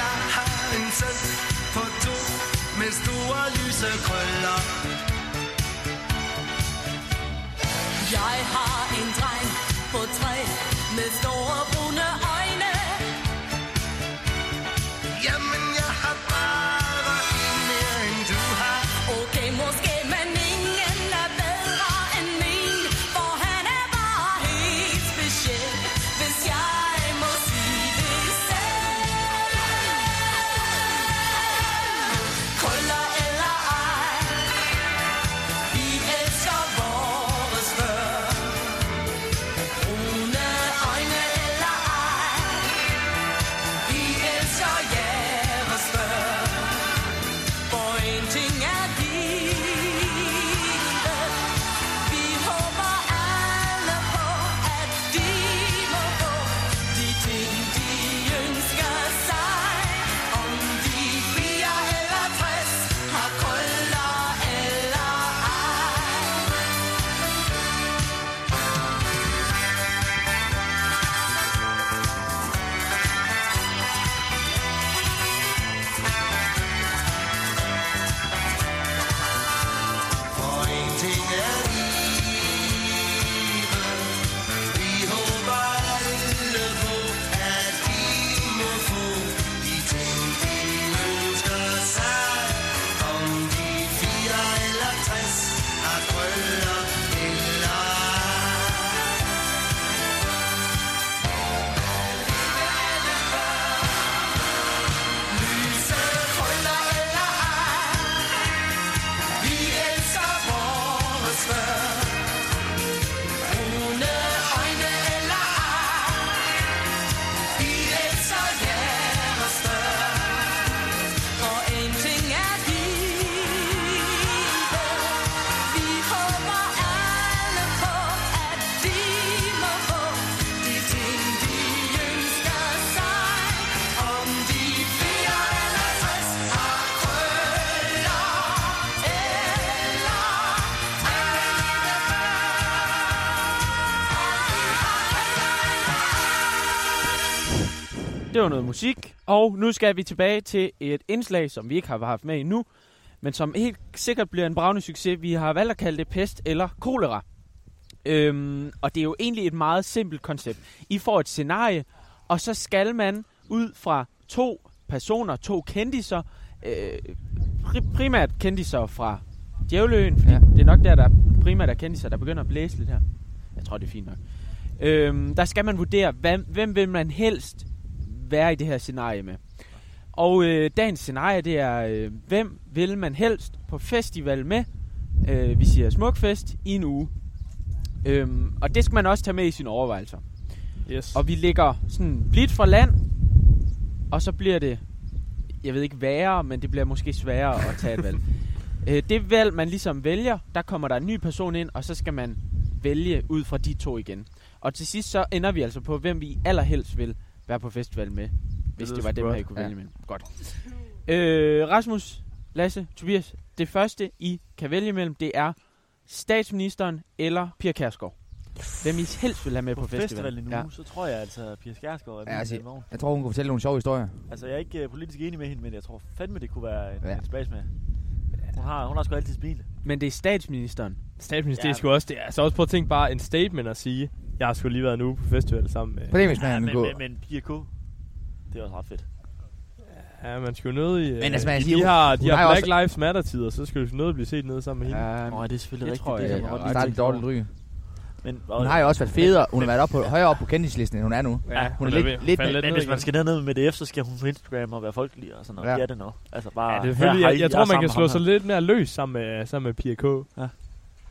Speaker 5: Jeg har en selv på to med store lyse krøller.
Speaker 6: Jeg har en dreng på tre med store brune øjne.
Speaker 5: Jamen, jeg har bare en mere end du har.
Speaker 6: Okay, måske, men ingen er bedre end min, for han er bare helt speciel, hvis jeg må sige det selv. Krøller eller ej, vi elsker vores børn. Brune øjne eller ej, vi elsker jeres børn. For en ting er givet. Vi håber alle på, at de må få de ting, de ønsker sig. Om de bliver eller 60, har krøller eller ej.
Speaker 5: For en ting er livet. Vi håber alle på, at de må få de ting, de ønsker sig. Om de fire eller tres har krøller eller ej.
Speaker 6: Lyse krøller eller ej. Vi elsker vores børn. Brune øjne eller ej. Vi elsker jeres børn. For en ting er givet. Vi håber alle på, at de må få de ting, de ønsker sig. Om de bliver eller tres har krøller eller
Speaker 4: Det var noget musik, og nu skal vi tilbage til et indslag, som vi ikke har haft med endnu, men som helt sikkert bliver en bravende succes. Vi har valgt at kalde det pest eller kolera. Øhm, og det er jo egentlig et meget simpelt koncept. I får et scenarie, og så skal man ud fra to personer, to kendiser, øh, pri- primært kendiser fra Djævløen, fordi ja.
Speaker 2: Ja.
Speaker 4: det er nok der, der primært er kendiser, der begynder at blæse lidt her. Jeg tror, det er fint nok. Øhm, der skal man vurdere, hvem, hvem vil man helst være i det her scenarie med. Og øh, dagens scenarie, det er, øh, hvem vil man helst på festival med, øh, vi siger smukfest, i en uge. Øhm, og det skal man også tage med i sine overvejelser.
Speaker 3: Yes.
Speaker 4: Og vi ligger sådan blidt fra land, og så bliver det, jeg ved ikke værre, men det bliver måske sværere at tage et valg. Øh, det valg, man ligesom vælger, der kommer der en ny person ind, og så skal man vælge ud fra de to igen. Og til sidst så ender vi altså på, hvem vi allerhelst vil være på festival med, hvis
Speaker 3: lyder
Speaker 4: det, var dem,
Speaker 3: sgu godt.
Speaker 4: her I kunne
Speaker 2: Ja.
Speaker 4: vælge med. Godt. Øh, Rasmus, Lasse, Tobias, det første, I kan vælge mellem, det er statsministeren eller Pia Kærsgaard. Hvem I helst vil have med på,
Speaker 1: på
Speaker 4: festival.
Speaker 1: festival i nu, så tror jeg altså, at Pia Skjærsgaard
Speaker 2: Ja,
Speaker 1: er
Speaker 2: altså-
Speaker 1: min i morgen.
Speaker 2: Jeg tror, hun kunne fortælle nogle sjove historier.
Speaker 1: Altså, jeg er ikke øh, politisk enig med hende, men jeg tror fandme, det kunne være en,
Speaker 2: Ja.
Speaker 1: ja. en spas med. Hun har, hun har sgu altid smil.
Speaker 4: Men det er statsministeren.
Speaker 3: Statsminister, ja.
Speaker 1: Ja.
Speaker 3: det er sgu også, det er, altså også prøv at tænke bare en statement at sige, Jeg har sgu lige været en uge på festival sammen med...
Speaker 1: men,
Speaker 2: Problemismanden ja,
Speaker 1: men,
Speaker 2: går.
Speaker 1: men Pia K. Det er også ret fedt.
Speaker 3: Ja, man skal jo nødig... øh,
Speaker 2: Men altså, man kan sige,
Speaker 3: de har,
Speaker 2: hun
Speaker 3: de har,
Speaker 2: har jo
Speaker 3: Black
Speaker 2: også-
Speaker 3: Lives Matter-tider, så skal du jo nødig blive set nede sammen med hende.
Speaker 1: Åh,
Speaker 4: Ja,
Speaker 1: det er selvfølgelig
Speaker 4: det
Speaker 1: rigtigt.
Speaker 4: tror jeg,
Speaker 1: det kan
Speaker 4: ja,
Speaker 1: man godt
Speaker 2: Det
Speaker 1: lige
Speaker 2: er
Speaker 1: tænke
Speaker 2: lidt dårligt
Speaker 1: over.
Speaker 2: ryg.
Speaker 1: Men,
Speaker 2: Hun har jo også været federe. Hun har været op på, højere op på kendislisten, end hun er nu.
Speaker 3: ja,
Speaker 2: hun er lidt-
Speaker 3: ved at
Speaker 2: lidt-
Speaker 3: falde
Speaker 1: men
Speaker 3: ned
Speaker 1: hvis
Speaker 3: igen.
Speaker 1: man skal derned med det så skal hun på Instagram og være folkelig og sådan noget.
Speaker 2: Ja.
Speaker 1: Ja, det er det nok. Altså bare,
Speaker 3: Ja, det er
Speaker 1: her
Speaker 3: selvfølgelig,
Speaker 1: har
Speaker 3: jeg,
Speaker 1: I-
Speaker 3: jeg
Speaker 1: er
Speaker 3: tror, man
Speaker 1: sammen
Speaker 3: kan
Speaker 1: med
Speaker 3: slå
Speaker 1: ham
Speaker 3: sig
Speaker 1: her.
Speaker 3: lidt mere løs sammen med, sammen med Pia K.
Speaker 1: Ja.
Speaker 3: I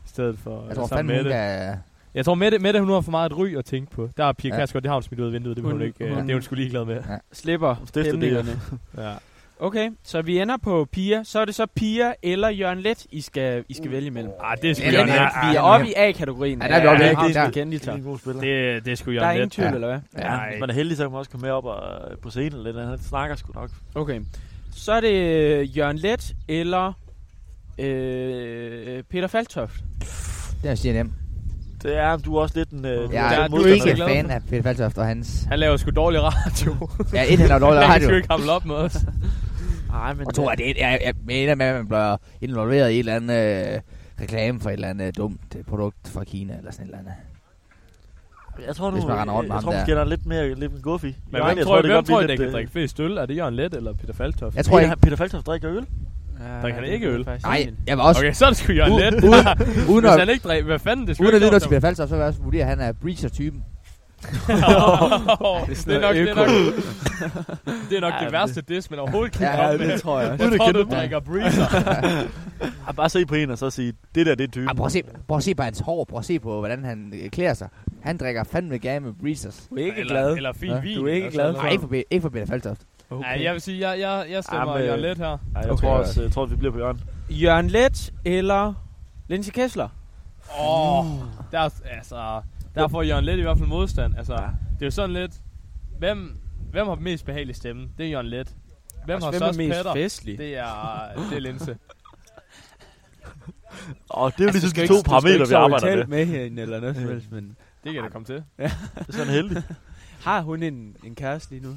Speaker 3: stedet for
Speaker 2: Jeg tror
Speaker 3: sammen
Speaker 2: fandme,
Speaker 3: med
Speaker 2: hun
Speaker 3: det.
Speaker 2: kan...
Speaker 3: Jeg tror, Mette, Mette, hun har for meget et ry at tænke på. Der er Pia
Speaker 2: Ja.
Speaker 3: ja. Kærsgaard, det har hun smidt ud af vinduet. Det, hun, hun
Speaker 4: Hun-
Speaker 3: ikke, øh,
Speaker 4: hun-
Speaker 3: det er hun sgu ligeglad med.
Speaker 4: slipper
Speaker 1: Stifter det,
Speaker 4: hæmningerne.
Speaker 3: Ja.
Speaker 4: Okay, så vi ender på Pia. Så er det så Pia eller Jørgen Let, I skal, I skal vælge imellem.
Speaker 3: Ah, det er sgu
Speaker 2: Ja,
Speaker 3: Jørgen
Speaker 2: det er-
Speaker 3: Let.
Speaker 4: Vi er oppe i A-kategorien.
Speaker 2: Ja, der er vi oppe i
Speaker 4: det-
Speaker 2: A-kategorien.
Speaker 4: det- kendte
Speaker 1: Det er
Speaker 4: guitar.
Speaker 1: en god spiller. Det,
Speaker 3: Det, det er sgu
Speaker 4: Der er
Speaker 3: Jørgen
Speaker 4: ingen
Speaker 3: Let.
Speaker 4: tvivl, eller hvad?
Speaker 1: ja,
Speaker 3: Ej.
Speaker 1: hvis man er heldig, så kan man også komme med op og, øh, på scenen eller et eller andet. Han snakker sgu nok.
Speaker 4: Okay. Så er det øh, Jørgen Let eller øh, Peter Faltoft.
Speaker 2: Det er CNM.
Speaker 1: Det er, du er også lidt en... Øh,
Speaker 2: Jeg
Speaker 3: der
Speaker 2: er,
Speaker 3: er
Speaker 2: du
Speaker 3: du
Speaker 2: er ikke
Speaker 3: ikke
Speaker 2: en
Speaker 3: glad
Speaker 2: fan
Speaker 3: for.
Speaker 2: af Peter Faltoft og hans...
Speaker 3: Han laver sgu dårlig radio.
Speaker 2: Ja, et, han er dårlig
Speaker 3: Han kan sgu
Speaker 2: radio.
Speaker 3: ikke hamle op med os.
Speaker 1: Nej, men...
Speaker 2: Og
Speaker 4: øh,
Speaker 2: to, at det jeg, jeg mener med, at man bliver involveret i et eller andet øh, reklame for et eller andet dumt øh, produkt fra Kina eller sådan et eller andet.
Speaker 1: Jeg tror, du,
Speaker 2: Hvis man render rundt med
Speaker 1: jeg
Speaker 2: ham
Speaker 1: tror,
Speaker 2: der.
Speaker 1: måske, der er lidt mere lidt en guffi.
Speaker 3: Men hvem tror, hvem tror I, der kan drikke flest øl? Er det Jørgen Let eller Peter Faltoft?
Speaker 2: Jeg tror
Speaker 1: Tror
Speaker 2: ikke...
Speaker 1: jeg, øh, Peter Falktoft drikker øl?
Speaker 4: Der
Speaker 3: han ikke øl?
Speaker 2: Nej, jeg var også...
Speaker 3: Okay, så er det sgu Jørgen
Speaker 2: u-
Speaker 3: Let.
Speaker 2: u- uden
Speaker 3: Hvis
Speaker 2: at,
Speaker 3: han ikke drikker, hvad fanden? Det er sgu
Speaker 2: uden at
Speaker 3: ikke
Speaker 2: vide noget til
Speaker 3: sjovt,
Speaker 2: Peter Faltoft, så vil jeg også vurdere, at han er breacher-typen.
Speaker 3: Åh, det er nok, det er nok, det, er nok
Speaker 1: Ja,
Speaker 3: det
Speaker 1: det-
Speaker 3: værste diss, man overhovedet kan
Speaker 2: Ja,
Speaker 3: komme med.
Speaker 4: det tror jeg.
Speaker 3: Jeg tror, du
Speaker 1: kæmpe-
Speaker 3: drikker breezer.
Speaker 1: Ja, bare se på en og så sige, det der, det er typen.
Speaker 2: Ah, prøv, at se, prøv at se på hans hår, prøv at se på, hvordan han øh, klæder sig. Han drikker fandme gerne med breachers.
Speaker 4: Du er ikke
Speaker 3: eller,
Speaker 4: glad.
Speaker 3: Eller fin
Speaker 2: Ja.
Speaker 3: vin.
Speaker 4: Du er ikke
Speaker 3: og
Speaker 4: glad
Speaker 3: sådan
Speaker 4: for-
Speaker 2: Nej,
Speaker 3: noget.
Speaker 2: ikke for, Pe- ikke for Peter Faltoft.
Speaker 3: Ja, jeg vil sige, jeg, jeg, jeg stemmer
Speaker 1: Jamen,
Speaker 3: Jamen,
Speaker 1: øh,
Speaker 3: Jørgen Let her.
Speaker 1: Ej, jeg,
Speaker 4: Okay.
Speaker 1: tror også, jeg tror, vi bliver på Jørgen.
Speaker 4: Jørgen Let eller Lindsay Kessler.
Speaker 3: Åh, oh, der, er- altså, der får Jørgen Let i hvert fald modstand. Altså, det er jo sådan lidt, hvem, hvem har mest behagelig stemme? Det er Jørgen Let. Hvem
Speaker 4: Og
Speaker 3: har
Speaker 4: hvem
Speaker 3: så
Speaker 4: er mest
Speaker 3: patter?
Speaker 4: festlig?
Speaker 3: Det er, det er Linse.
Speaker 1: Og
Speaker 4: Altså,
Speaker 1: det er jo ligesom de to parametre, vi arbejder med.
Speaker 4: med hende eller noget som
Speaker 2: Mm.
Speaker 4: helst, men
Speaker 3: Det kan da komme til.
Speaker 1: Det er sådan heldigt.
Speaker 4: har hun en, en kæreste lige nu?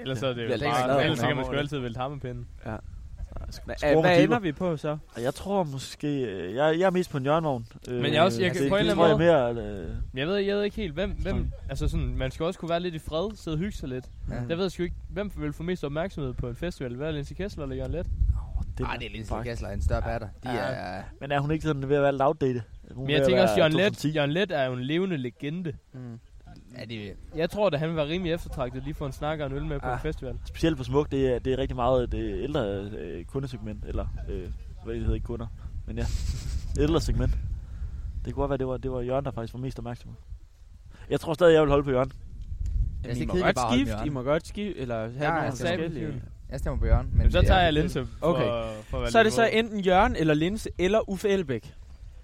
Speaker 3: Ellers så er det
Speaker 4: bliver
Speaker 3: jo
Speaker 4: længere glad,
Speaker 3: bare, ellers så
Speaker 4: hun
Speaker 3: kan man
Speaker 4: har
Speaker 3: sgu
Speaker 4: målet.
Speaker 3: altid vælge ham en pinde.
Speaker 4: Hva,
Speaker 1: Score med
Speaker 4: hvad
Speaker 1: Diego.
Speaker 4: ender vi på så?
Speaker 1: Og Jeg tror måske... øh, Jeg, jeg er mest på en Jørgenvogn.
Speaker 3: Men jeg er også- jeg kan-
Speaker 1: det,
Speaker 3: på en
Speaker 1: det
Speaker 3: eller
Speaker 1: tror jeg
Speaker 3: anden
Speaker 1: mere... At, øh,
Speaker 3: Jeg ved, jeg ved ikke helt, hvem, hvem altså sådan, man skal også kunne være lidt i fred, sidde og hygge sig lidt.
Speaker 2: Ja.
Speaker 3: Jeg ved sgu ikke, hvem vil få mest opmærksomhed på en festival? Hvad er Linse Kessler eller Jørgen Let?
Speaker 1: den
Speaker 2: Ah, det er Lindsay
Speaker 1: fuck.
Speaker 2: Kessler, en større patter. De
Speaker 1: Ja.
Speaker 2: er...
Speaker 1: Men er hun ikke sådan ved at være lidt outdated? Hun er ved
Speaker 3: Men jeg
Speaker 1: at
Speaker 3: tænker også,
Speaker 1: være
Speaker 3: Jørgen Let,
Speaker 1: 2010.
Speaker 3: Jørgen Let er jo en levende legende.
Speaker 4: Mm.
Speaker 2: Ja, de,
Speaker 3: Jeg tror, at han vil være rimelig eftertragtet lige for en snakker og en øl med på en festival.
Speaker 1: Specielt på Smuk, det er, det er rigtig meget et øh, ældre øh, kundesegment. Eller, øh, hvad det hedder, ikke kunder. Men ja, ældre segment. Det kunne godt være, det var, det var Jørgen, der faktisk var mest opmærksom. Jeg tror stadig, jeg vil holde på Jørgen.
Speaker 4: Jamen, I
Speaker 2: det
Speaker 4: må
Speaker 2: kedeligt
Speaker 4: godt
Speaker 2: bare at holde
Speaker 4: skifte, I
Speaker 2: Jørgen.
Speaker 4: må godt skifte, eller have
Speaker 2: Ja,
Speaker 4: nogle
Speaker 2: altså,
Speaker 4: forskellige.
Speaker 2: jeg stemmer på Jørgen. Men
Speaker 3: Men så
Speaker 2: det er-
Speaker 3: tager jeg Linse for,
Speaker 4: Okay.
Speaker 3: for at være
Speaker 4: Så er det så
Speaker 3: lidt
Speaker 4: enten Jørgen eller Linse eller Uffe
Speaker 2: Øh,
Speaker 4: Elbæk.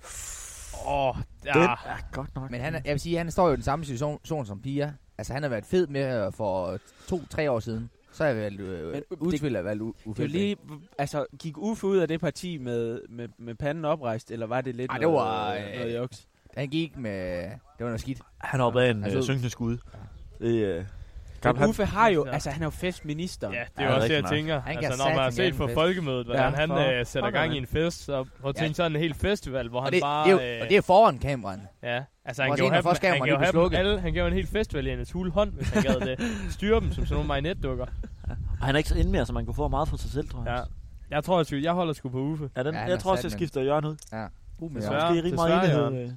Speaker 3: vågen. Åh,
Speaker 1: Den
Speaker 3: ja.
Speaker 1: er godt nok.
Speaker 2: Men han, er- jeg vil sige, han står jo i den samme situation som- som Pia. Altså, han har været fed med øh, for to-tre år siden. Så har jeg valgt øh,
Speaker 4: Men det-
Speaker 2: udtvivl at valgt
Speaker 4: Det er jo lige, altså, gik Uffe ud af det parti med, med, med panden oprejst, eller var det lidt
Speaker 2: Ej, det
Speaker 4: noget-
Speaker 2: var, øh,
Speaker 4: noget juks?
Speaker 2: Han gik med... Det var noget skidt.
Speaker 1: Han hoppede af en
Speaker 2: Altså-
Speaker 1: øh, synkende skud. Det, øh,
Speaker 4: Men
Speaker 1: Gammel-
Speaker 4: Uffe har jo,
Speaker 3: Ja.
Speaker 4: altså han er jo festminister.
Speaker 3: Ja, det
Speaker 1: Ja,
Speaker 3: er jo også
Speaker 1: rigtig
Speaker 3: det, jeg
Speaker 1: meget.
Speaker 3: tænker.
Speaker 2: Han kan
Speaker 3: Altså, når man har
Speaker 2: satan gerne
Speaker 3: set på
Speaker 2: fest.
Speaker 3: folkemødet, hvordan
Speaker 4: Ja,
Speaker 3: han
Speaker 4: for
Speaker 3: øh, sætter
Speaker 4: pokker,
Speaker 3: gang
Speaker 4: mand.
Speaker 3: i en fest, så prøv at
Speaker 2: Ja.
Speaker 3: tænke sådan en hel festival, hvor
Speaker 2: Og
Speaker 3: han
Speaker 2: det,
Speaker 3: bare... øh,
Speaker 2: det er jo, og det er foran kameraet.
Speaker 3: Ja, altså han
Speaker 2: Vores
Speaker 3: kan jo
Speaker 2: ene
Speaker 3: have,
Speaker 2: forsker
Speaker 3: dem, han
Speaker 2: må
Speaker 3: kan jo
Speaker 2: lige
Speaker 3: have dem
Speaker 2: beslukke.
Speaker 3: alle, han kan jo have en hel festival i hendes hule hånd, hvis han gad det. Styre dem som sådan nogle marionetdukker.
Speaker 1: og han er ikke så inde mere, så man kunne få meget for sig selv, tror jeg.
Speaker 3: Ja. Jeg tror, at jeg holder sgu på Uffe.
Speaker 1: Ja, den,
Speaker 2: Ja,
Speaker 1: ja,
Speaker 2: han
Speaker 1: jeg
Speaker 2: er
Speaker 1: tror også,
Speaker 2: sat,
Speaker 1: jeg
Speaker 2: men-
Speaker 1: skifter Jørgen ud.
Speaker 2: Uh, med
Speaker 1: Så
Speaker 3: Desværre.
Speaker 1: måske
Speaker 2: Jørgen.
Speaker 1: er rimelig
Speaker 3: desværre,
Speaker 1: meget
Speaker 3: Jørgen.
Speaker 1: enighed. øh.